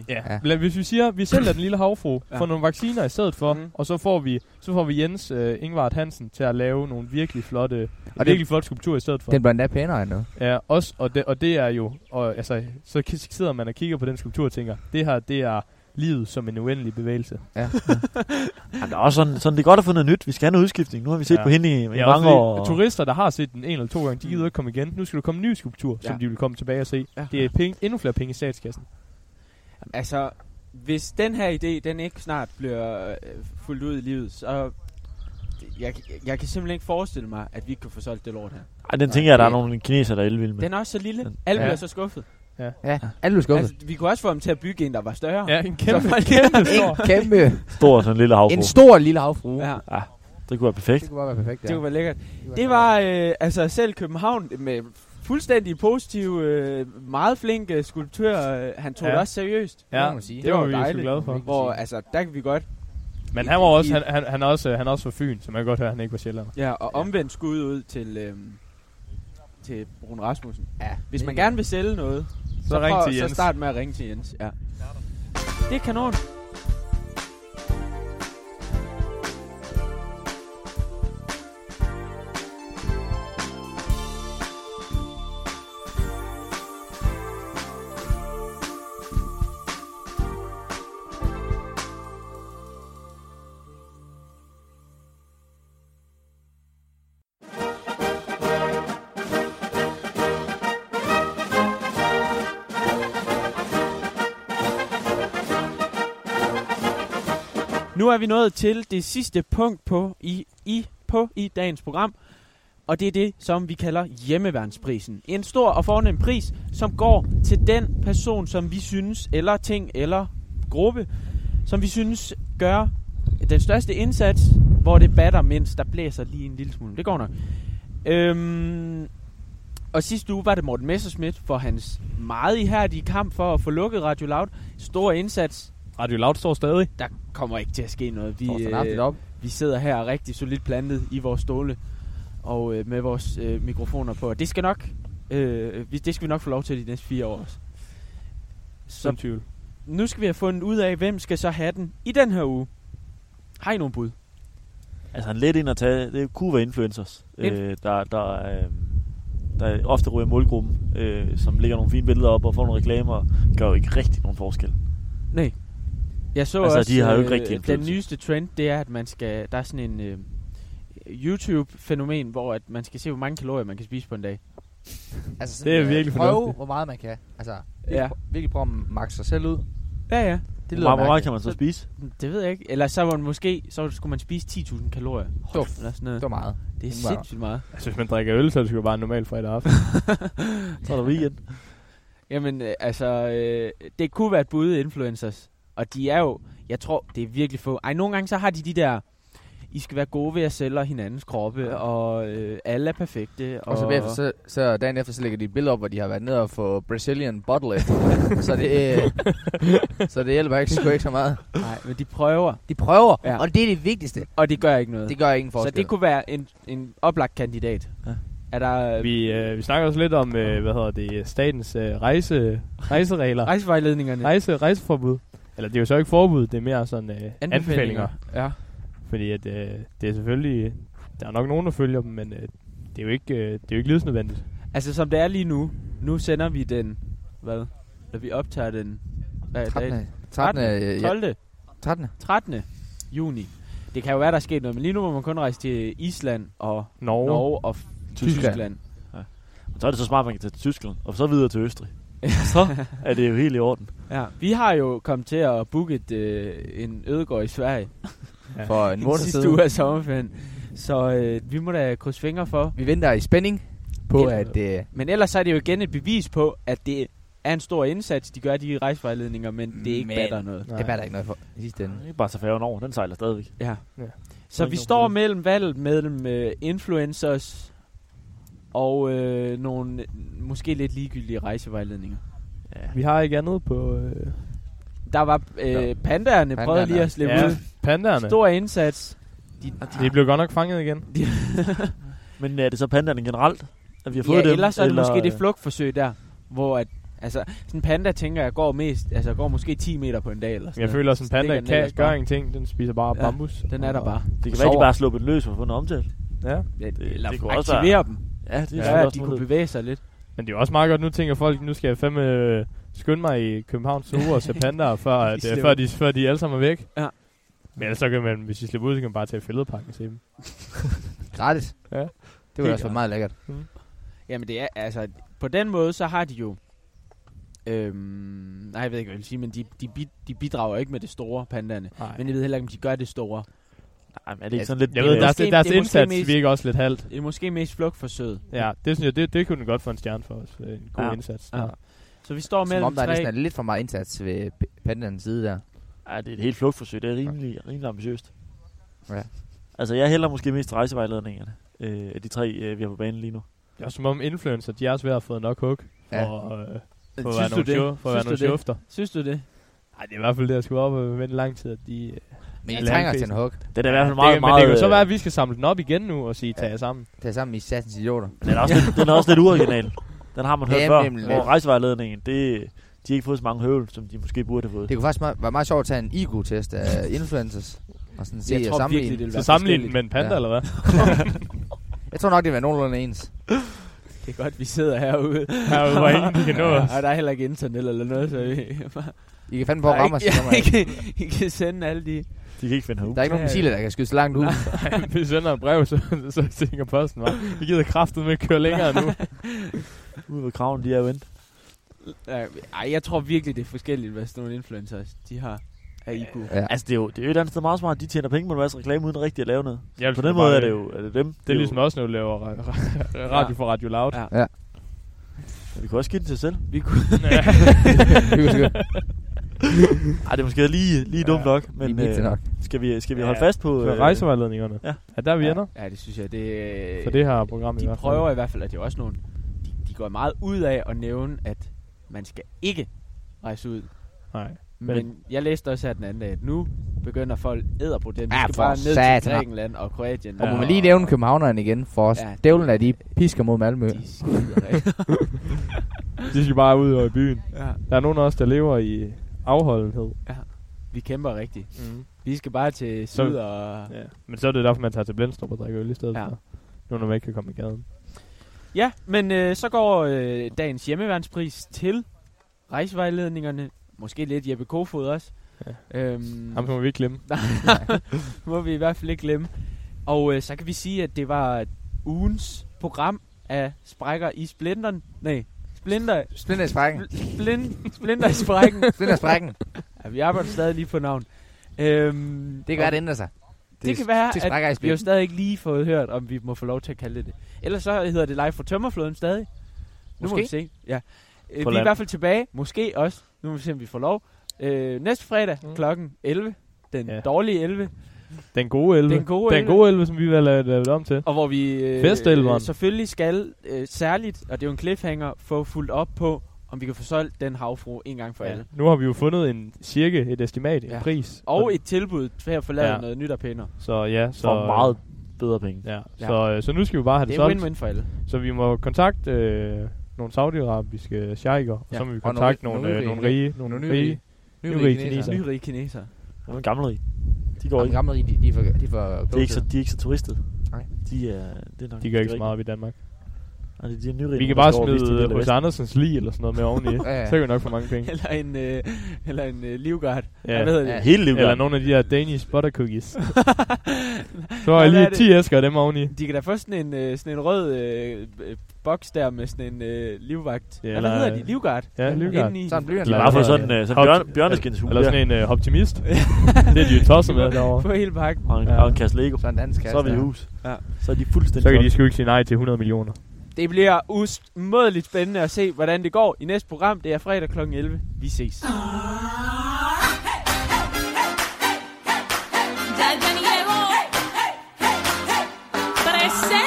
Speaker 3: Ja.
Speaker 2: Ja.
Speaker 3: Lad- Hvis vi siger, vi sælger den lille havfru,
Speaker 4: Ja.
Speaker 3: ja. får nogle vacciner i stedet for,
Speaker 4: Mhm.
Speaker 3: mm. og så får vi, så får vi Jens øh, Ingvard Hansen til at lave nogle virkelig flotte, en
Speaker 2: Og det-
Speaker 3: virkelig flot skulptur i stedet for.
Speaker 2: Den var endda pænere end noget.
Speaker 3: Ja, også, og, det, og det er jo, og, altså, så k- sidder man og kigger på den skulptur og tænker, det her, det er livet som en uendelig bevægelse.
Speaker 1: Jamen, der er også sådan, sådan, det er godt at få noget nyt. Vi skal have noget udskiftning. Nu har vi set
Speaker 3: Ja.
Speaker 1: ja. på hende i, i
Speaker 3: Ja, også
Speaker 1: mange
Speaker 3: fordi
Speaker 1: år. og-
Speaker 3: Turister, der har set den en eller to gange, de
Speaker 4: Mm.
Speaker 3: gider ikke komme igen. Nu skal der komme en ny skulptur,
Speaker 4: Ja.
Speaker 3: ja. som de vil komme tilbage og se.
Speaker 4: Ja.
Speaker 3: Det er penge, endnu flere penge i statskassen.
Speaker 4: Altså, hvis den her idé, den ikke snart bliver øh, fuldt ud i livet, så... Jeg, jeg kan simpelthen ikke forestille mig, at vi ikke kan få solgt det lort her.
Speaker 1: Ej, den tænker jeg, der er nogle kineser, der er elvilde med.
Speaker 4: Den er også så lille. Alle
Speaker 3: Ja.
Speaker 4: ja. bliver så skuffet.
Speaker 2: Ja, alle blev skuffet.
Speaker 4: Altså, vi kunne også få dem til at bygge en, der var større.
Speaker 3: Ja, en kæmpe,
Speaker 4: Så folk-
Speaker 3: kæmpe stor.
Speaker 2: En kæmpe,
Speaker 1: Stor sådan en lille havfru.
Speaker 2: en stor lille havfrue.
Speaker 4: ja.
Speaker 1: Det kunne være perfekt.
Speaker 2: Det kunne bare være perfekt,
Speaker 4: Det kunne være lækkert. Det var øh, altså selv København med fuldstændig positiv, øh, meget flink øh, skulptør. Øh, han tog
Speaker 3: Ja.
Speaker 4: ja. det også seriøst.
Speaker 3: Ja,
Speaker 2: Det må man sige.
Speaker 3: det var,
Speaker 4: Det var
Speaker 3: vi
Speaker 4: dejligt.
Speaker 3: dejligt. glade for.
Speaker 4: Hvor altså, der kan vi godt.
Speaker 3: Men han var også, han, han, han er også, han er også fra Fyn, så man kan godt høre, at han ikke var sjældent.
Speaker 4: Ja, og omvendt skud ud til, øh, til Brun Rasmussen.
Speaker 2: Ja,
Speaker 4: Hvis man gerne vil sælge noget,
Speaker 3: Så, ring
Speaker 4: prøv-
Speaker 3: til Jens.
Speaker 4: Så start med at ringe til Jens, ja. Det er kanon. Nu er vi nået til det sidste punkt på i, i, på i dagens program, og det er det, som vi kalder hjemmeværnsprisen. En stor og fornem pris, som går til den person, som vi synes, eller ting, eller gruppe, som vi synes gør den største indsats, hvor det batter mindst. Der blæser lige en lille smule. Det går nok. Øhm, og sidste uge var det Morten Messerschmidt for hans meget ihærdige kamp for at få lukket Radio Loud. Stor indsats.
Speaker 3: Radio Loud står stadig.
Speaker 4: Der kommer ikke til at ske noget. Vi, øh,
Speaker 2: fornuftigt op.
Speaker 4: vi sidder her rigtig solidt plantet i vores stole og øh, med vores øh, mikrofoner på. Og det skal nok, øh, vi, det skal vi nok få lov til de næste fire år også.
Speaker 3: Som
Speaker 4: Så
Speaker 3: tvivl.
Speaker 4: nu skal vi have fundet ud af, hvem skal så have den i den her uge. Har I nogen bud?
Speaker 1: Altså en let ind at tage, det kunne være influencers,
Speaker 4: Ind-
Speaker 1: øh, der, der, øh, der ofte ryger i målgruppen, øh, som lægger nogle fine billeder op og får nogle reklamer, gør jo ikke rigtig nogen forskel.
Speaker 4: Nej. Jeg så
Speaker 1: Altså,
Speaker 4: også, øh,
Speaker 1: de har jo ikke rigtig
Speaker 4: den
Speaker 1: indflydelse.
Speaker 4: nyeste trend, det er, at man skal, der er sådan en øh, YouTube-fænomen, hvor at man skal se, hvor mange kalorier man kan spise på en dag.
Speaker 2: Altså,
Speaker 3: Det er
Speaker 2: øh,
Speaker 3: virkelig
Speaker 2: Prøve,
Speaker 3: fornuftigt.
Speaker 2: hvor meget man kan. Altså,
Speaker 4: Ja.
Speaker 2: virkelig prøve at maxe sig selv ud.
Speaker 4: Ja, ja.
Speaker 1: Hvor
Speaker 2: Det lyder
Speaker 1: meget, hvor meget kan
Speaker 2: mærkeligt.
Speaker 1: man så spise?
Speaker 4: Det ved jeg ikke. Eller så var man måske, så skulle man spise 10.000 kalorier.
Speaker 2: Duft.
Speaker 4: Eller sådan noget.
Speaker 2: Det var meget.
Speaker 4: Det er
Speaker 2: Wow.
Speaker 4: sindssygt meget.
Speaker 3: Altså, hvis man drikker øl, så er det sgu bare en normal fredag aften.
Speaker 1: Så er der weekend.
Speaker 4: Jamen, øh, altså, øh, det kunne være et bud influencers. Og de er jo, jeg tror, det er virkelig få. Ej, nogle gange så har de de der, I skal være gode ved at sælge hinandens kroppe, og øh, alle er perfekte.
Speaker 2: Og så, bagefter, så, så dagen efter, så lægger de et billede op, hvor de har været nede og få Brazilian bottle lift. så, det, øh, så det hjælper ikke, sgu ikke så meget.
Speaker 4: Nej, men de prøver,
Speaker 2: De prøver,
Speaker 4: Ja.
Speaker 2: ja. og det er det vigtigste.
Speaker 4: og det gør ikke noget.
Speaker 2: Det gør ingen
Speaker 4: så
Speaker 2: forskel.
Speaker 4: det kunne være en, en oplagt kandidat.
Speaker 1: Ja.
Speaker 4: Er der øh,
Speaker 3: Vi, øh, vi snakker også lidt om, øh, hvad hedder det, statens øh, rejse, rejseregler.
Speaker 4: øh, rejsevejledningerne?
Speaker 3: Rejse, rejseforbud. Eller det er jo så ikke forbud, det er mere sådan øh, anbefalinger.
Speaker 4: Ja.
Speaker 3: Fordi at, øh, det er selvfølgelig, der er nok nogen, der følger dem, men øh, det er jo ikke, øh, det er jo ikke livsnødvendigt.
Speaker 4: Altså, som det er lige nu, nu sender vi den, hvad? Når vi optager den, hvad er
Speaker 2: 13.
Speaker 4: dagen?
Speaker 2: 13. 13. øh, Ja,
Speaker 4: 12.
Speaker 2: 13.
Speaker 4: 13. juni. Det kan jo være, der er sket noget, men lige nu må man kun rejse til Island og
Speaker 3: Norge. Norge.
Speaker 4: Norge og Tyskland.
Speaker 2: Tyskland.
Speaker 4: Tyskland.
Speaker 1: Men så er det så smart, at man kan tage til Tyskland, og så videre til Østrig. så er det jo helt i orden.
Speaker 4: Ja. Vi har jo kommet til at booke et, øh, en ødegård i Sverige
Speaker 2: For en måned
Speaker 4: den sidste
Speaker 2: siden.
Speaker 4: uge af sommerferien. Så øh, vi må da krydse fingre for.
Speaker 2: Vi venter i spænding på,
Speaker 4: Ja.
Speaker 2: at øh,
Speaker 4: Men ellers så er det jo igen et bevis på, at det er en stor indsats, de gør de rejsevejledninger, men det er ikke
Speaker 2: Men-
Speaker 4: batter noget.
Speaker 2: det batter ikke noget for i sidste ende.
Speaker 1: Det er bare så færgen over, den sejler stadigvæk.
Speaker 4: Ja.
Speaker 3: Ja.
Speaker 4: Så
Speaker 3: Ikke
Speaker 4: vi
Speaker 3: noget
Speaker 4: står
Speaker 3: problem.
Speaker 4: mellem valget mellem øh, influencers og øh, nogle øh, måske lidt ligegyldige rejsevejledninger.
Speaker 3: Vi har ikke andet på øh,
Speaker 4: Der var øh, pandaerne, prøvede lige at slippe
Speaker 3: ja,
Speaker 4: ud.
Speaker 3: pandaerne.
Speaker 4: Stor indsats. De,
Speaker 3: De blev godt nok fanget igen.
Speaker 1: Men øh, er det så pandaerne generelt, at vi har fået
Speaker 4: ja,
Speaker 1: dem?
Speaker 4: ellers er det måske det
Speaker 1: øh,
Speaker 4: flugtforsøg der, hvor at, altså, sådan en panda, tænker jeg, går mest, altså går måske 10 meter på en dag eller sådan
Speaker 3: Jeg
Speaker 4: noget.
Speaker 3: føler, at en panda
Speaker 4: Stikker den
Speaker 3: kan
Speaker 4: ellers bare.
Speaker 3: gøre ingenting. Den spiser bare
Speaker 4: Ja,
Speaker 3: bambus.
Speaker 4: Den er der
Speaker 3: Og-
Speaker 4: bare.
Speaker 1: Det kan være,
Speaker 2: sover.
Speaker 1: at de bare er sluppet løs og fundet omtalt.
Speaker 3: Ja.
Speaker 4: Ja,
Speaker 1: det-
Speaker 4: eller
Speaker 1: det
Speaker 4: det
Speaker 1: kunne også
Speaker 4: aktivere dem.
Speaker 1: Ja, det er
Speaker 4: Ja,
Speaker 1: ja,
Speaker 4: ja,
Speaker 1: også
Speaker 4: de kunne
Speaker 1: muligt.
Speaker 4: bevæge sig lidt.
Speaker 3: Men det er jo også meget godt, nu tænker folk, nu skal jeg fandme øh, skynde mig i København Zoo og se pandaer, før, at, øh,
Speaker 4: slipper.
Speaker 3: før, de, før de alle sammen er væk.
Speaker 4: Ja.
Speaker 3: Men ellers så kan man, hvis de slipper ud, så kan man bare tage fældepakken og se dem.
Speaker 2: Gratis.
Speaker 3: Ja.
Speaker 2: Det ville også være meget lækkert.
Speaker 4: Jamen det er, altså, på den måde, så har de jo, øhm, nej, jeg ved ikke, hvad jeg vil sige, men de, de, bi- de bidrager ikke med det store, pandaerne.
Speaker 3: Nej.
Speaker 4: Men jeg ved heller ikke, om de gør det store.
Speaker 1: Ej, men er det ikke
Speaker 2: Altså,
Speaker 1: sådan lidt...
Speaker 3: Jeg ved,
Speaker 1: øh,
Speaker 3: deres,
Speaker 4: måske-
Speaker 3: deres
Speaker 4: det er måske
Speaker 3: indsats
Speaker 4: mest-
Speaker 3: virker også lidt halvt.
Speaker 4: Det er måske mest flugtforsøget.
Speaker 3: Ja, det synes jeg, det, det kunne den godt få en stjerne for os. Øh, En god
Speaker 1: Ja.
Speaker 3: indsats.
Speaker 4: Ja. Så vi står
Speaker 2: Som
Speaker 4: mellem
Speaker 2: om der er
Speaker 4: tre.
Speaker 2: næsten er lidt for meget indsats ved p- pandernes side der.
Speaker 1: Ja, det er et helt flugtforsøg. Det er rimelig, rimelig ambitiøst.
Speaker 2: Ja.
Speaker 1: Altså, jeg hælder måske mest til rejsevejledningerne. Øh, af de tre, øh, vi har på banen lige nu.
Speaker 3: Det er også som om influencer, de er også ved at have fået nok hug for,
Speaker 2: Ja.
Speaker 3: øh, for at
Speaker 4: Synes
Speaker 3: være
Speaker 4: du
Speaker 3: nogle,
Speaker 4: det?
Speaker 3: show, for at være
Speaker 4: Synes
Speaker 3: nogle
Speaker 4: du det?
Speaker 3: sjofter.
Speaker 4: Synes du det?
Speaker 3: Nej, det er i hvert fald det, jeg skulle op og vente lang tid, at de... øh,
Speaker 2: Men
Speaker 3: Ja,
Speaker 2: I trænger til
Speaker 3: landfæsen.
Speaker 2: en hug.
Speaker 1: Den er i hvert fald
Speaker 3: det,
Speaker 1: meget,
Speaker 3: men
Speaker 1: meget...
Speaker 3: det kan jo så
Speaker 1: øh,
Speaker 3: være, at vi skal samle den op igen nu og sige, tag jer sammen.
Speaker 2: Tag sammen i satsens idioter.
Speaker 1: Den er også, lidt, den er også lidt uoriginal. Den har man hørt
Speaker 2: Ja,
Speaker 1: før.
Speaker 2: nemlig.
Speaker 1: Hvor rejsevejledningen, det, de har ikke fået så mange høvl, som de måske burde have fået.
Speaker 2: Det kunne faktisk meget- være meget sjovt at tage en IQ-test af influencers. Og sådan se
Speaker 4: Jeg
Speaker 2: og
Speaker 4: tror virkelig,
Speaker 2: sammenligne.
Speaker 4: det vil
Speaker 3: Så
Speaker 4: være
Speaker 3: sammenligne den
Speaker 4: forskelligt.
Speaker 3: med en panda, ja.
Speaker 2: Ja.
Speaker 3: eller hvad?
Speaker 2: Jeg tror nok, det vil være nogenlunde ens.
Speaker 4: Det er godt, vi sidder herude.
Speaker 3: Herude, hvor ingen de kan nå os.
Speaker 4: Og der er heller ikke internet eller noget, så vi...
Speaker 2: I kan fandme på at ramme os. i
Speaker 4: I,
Speaker 2: nummeret.
Speaker 4: kan, I kan sende alle de...
Speaker 1: De kan ikke finde høvl.
Speaker 2: Der er ikke nogen missiler, der kan skyde så langt ud.
Speaker 3: Vi sender en brev, så, så tænker posten mig. Vi gider kraftet med at køre længere nu.
Speaker 1: Ude ved kraven, de er jo endt.
Speaker 4: Ja, Ej, jeg tror virkelig, det er forskelligt, hvad sådan nogle influencers, de har af IQ.
Speaker 2: Ja.
Speaker 1: Altså, det er jo, det er jo et eller andet sted meget smart, at de tjener penge på en masse reklame, uden rigtig at lave noget.
Speaker 3: Jeg vil
Speaker 1: På
Speaker 3: sgu
Speaker 1: den måde
Speaker 3: bare-
Speaker 1: er det jo er det dem.
Speaker 3: Det er
Speaker 1: jo-
Speaker 3: ligesom også, når du laver ra- ra- radio for Radio Loud.
Speaker 4: Ja.
Speaker 1: Vi kunne også give den til os selv.
Speaker 4: Vi kunne,
Speaker 2: Det er sgu-
Speaker 1: Ej, det er måske lige, lige dumt
Speaker 3: Ja,
Speaker 1: nok,
Speaker 2: I
Speaker 1: men
Speaker 2: er
Speaker 1: øh,
Speaker 2: øh, nok.
Speaker 1: skal vi, skal vi
Speaker 3: Ja,
Speaker 1: holde fast på...
Speaker 3: Så rejsevejledningerne.
Speaker 1: øh, Ja.
Speaker 3: Er der, vi ender
Speaker 4: ja, det synes jeg, det...
Speaker 3: for det her program i
Speaker 4: de
Speaker 3: hvert fald.
Speaker 4: prøver i hvert fald, at det er også nogle... De, de går meget ud af at nævne, at man skal ikke rejse ud.
Speaker 3: Nej.
Speaker 4: Men, Men jeg læste også her den anden dag, at nu begynder folk æderproblemet. De
Speaker 2: Ja,
Speaker 4: skal
Speaker 2: for
Speaker 4: bare ned til
Speaker 2: satan.
Speaker 4: Grækenland og Kroatien.
Speaker 2: Og må
Speaker 3: Ja.
Speaker 2: man lige nævne københavneren igen for os.
Speaker 4: Ja.
Speaker 2: Dævlen er de pisker mod Malmø.
Speaker 4: De skider ikke.
Speaker 3: De skal bare ud i byen.
Speaker 4: ja,
Speaker 3: Der er nogen af os, der lever i afholdenhed.
Speaker 4: vi kæmper rigtigt.
Speaker 3: Mm.
Speaker 4: Vi skal bare til
Speaker 3: Så-
Speaker 4: syd og...
Speaker 3: Ja. Men så er det derfor, man tager til Blendstrup og drikker øl i stedet
Speaker 4: Ja. Mm.
Speaker 3: ja. for. Nu når man ikke kan komme i gaden.
Speaker 4: Ja, men øh, så går øh, dagens hjemmeværnspris til rejsevejledningerne. Måske lidt Jeppe Kofod også. Ja. Øhm,
Speaker 3: Ham må vi ikke glemme. må
Speaker 4: må vi i hvert fald ikke glemme. Og øh, så kan vi sige, at det var ugens program af sprækker i splinteren. Nej, splinter,
Speaker 2: Splinter i sprækken.
Speaker 4: splin, splinter i sprækken.
Speaker 2: Splinter i sprækken.
Speaker 4: Ja, vi arbejder stadig lige på navn. Øhm,
Speaker 2: Det kan være, det ændrer sig.
Speaker 4: det kan være,
Speaker 2: til sprækker i
Speaker 4: at vi har jo
Speaker 2: splinten.
Speaker 4: stadig ikke lige fået hørt, om vi må få lov til at kalde det det. Ellers så hedder det live fra Tømmerfloden stadig. Nu må
Speaker 2: Måske.
Speaker 4: vi se. Ja. Øh,
Speaker 1: På
Speaker 4: vi er i
Speaker 1: land.
Speaker 4: hvert fald tilbage. Måske også. Nu må vi se, om vi får lov. Øh, næste fredag
Speaker 3: Mm.
Speaker 4: mm. klokken 11. Den
Speaker 3: Ja.
Speaker 4: ja. dårlige 11.
Speaker 3: Den gode 11.
Speaker 4: Den gode
Speaker 3: Den gode 11, som vi vil have lavet om til.
Speaker 4: Og hvor vi øh,
Speaker 3: Festelveren.
Speaker 4: øh, selvfølgelig skal øh, særligt, og det er jo en cliffhanger, få fuldt op på, om vi kan få solgt den havfru en gang for ja. alle.
Speaker 3: Nu har vi jo fundet en cirke, et estimat, en
Speaker 4: Ja.
Speaker 3: pris.
Speaker 4: Og et tilbud til at få lavet
Speaker 3: Ja.
Speaker 4: ja. noget nyt og pænere.
Speaker 3: Så ja, så...
Speaker 1: For meget bedre penge.
Speaker 3: Ja,
Speaker 4: Ja.
Speaker 3: Så, øh, så nu skal vi bare have det,
Speaker 4: Det
Speaker 3: det
Speaker 4: er
Speaker 3: solgt.
Speaker 4: win-win for alle.
Speaker 3: Så vi må kontakte øh, nogle saudiarabiske sheiker, og
Speaker 2: Ja,
Speaker 3: så må vi
Speaker 2: og nogle
Speaker 3: kontakte
Speaker 2: ri-
Speaker 3: nogle,
Speaker 2: nogle
Speaker 3: øh,
Speaker 2: rige-
Speaker 3: nogle rige, nogle
Speaker 2: nogle
Speaker 3: rige,
Speaker 2: nyrige-
Speaker 3: nyrige
Speaker 4: Så.
Speaker 3: kinesere.
Speaker 2: kineser.
Speaker 4: Nyrige kinesere.
Speaker 1: Det er en gammel rig. De går
Speaker 2: Jamen,
Speaker 1: ikke.
Speaker 2: gamle rige, de, de er for, de er for
Speaker 1: De er ikke så, de er ikke så turistede.
Speaker 2: Nej.
Speaker 1: De er, det er nok,
Speaker 3: de gør ikke så
Speaker 1: rigtige.
Speaker 3: meget op i Danmark.
Speaker 1: Nej, det er de nyrige.
Speaker 3: Vi kan bare smide hos Andersens lige eller sådan noget med oveni.
Speaker 2: Ja, ja.
Speaker 3: Så kan vi nok få mange penge.
Speaker 4: Eller en, øh, eller en øh, livgard.
Speaker 3: Ja.
Speaker 4: Ja. Hvad hedder det?
Speaker 2: Ja.
Speaker 1: Hele livet.
Speaker 3: Eller nogle af de her Danish butter cookies. så
Speaker 4: Hvad
Speaker 3: har jeg
Speaker 4: er
Speaker 3: lige
Speaker 4: det?
Speaker 3: 10 æsker af dem oveni.
Speaker 4: De kan da få sådan en, øh, sådan en rød øh, øh, boks der med sådan en øh, livvagt.
Speaker 3: Ja,
Speaker 4: Ja,
Speaker 3: eller-
Speaker 4: Hvad hedder de? Livgard?
Speaker 3: Ja, Livgard.
Speaker 4: Indeni.
Speaker 2: Sådan bliver
Speaker 1: De er
Speaker 3: Eller-
Speaker 1: bare for
Speaker 3: eller-
Speaker 1: sådan, øh, sådan
Speaker 3: Hop-
Speaker 1: bjørn, bjørneskinshul.
Speaker 3: Eller sådan en øh, optimist. det er de jo tosset med derovre.
Speaker 4: På hele pakken.
Speaker 1: Og en,
Speaker 3: Ja.
Speaker 1: og en kasse Lego.
Speaker 2: Sådan en dansk
Speaker 1: Så er vi i
Speaker 2: kasse.
Speaker 1: hus.
Speaker 4: Ja.
Speaker 1: Så er de fuldstændig
Speaker 3: Så kan de
Speaker 1: solgt.
Speaker 3: sgu ikke sige nej til 100 millioner.
Speaker 4: Det bliver umådeligt spændende at se, hvordan det går. I næste program, det er fredag kl. 11. Vi ses.
Speaker 6: Jeg kan ikke leve. Hey, hey, hey, hey, hey. Present.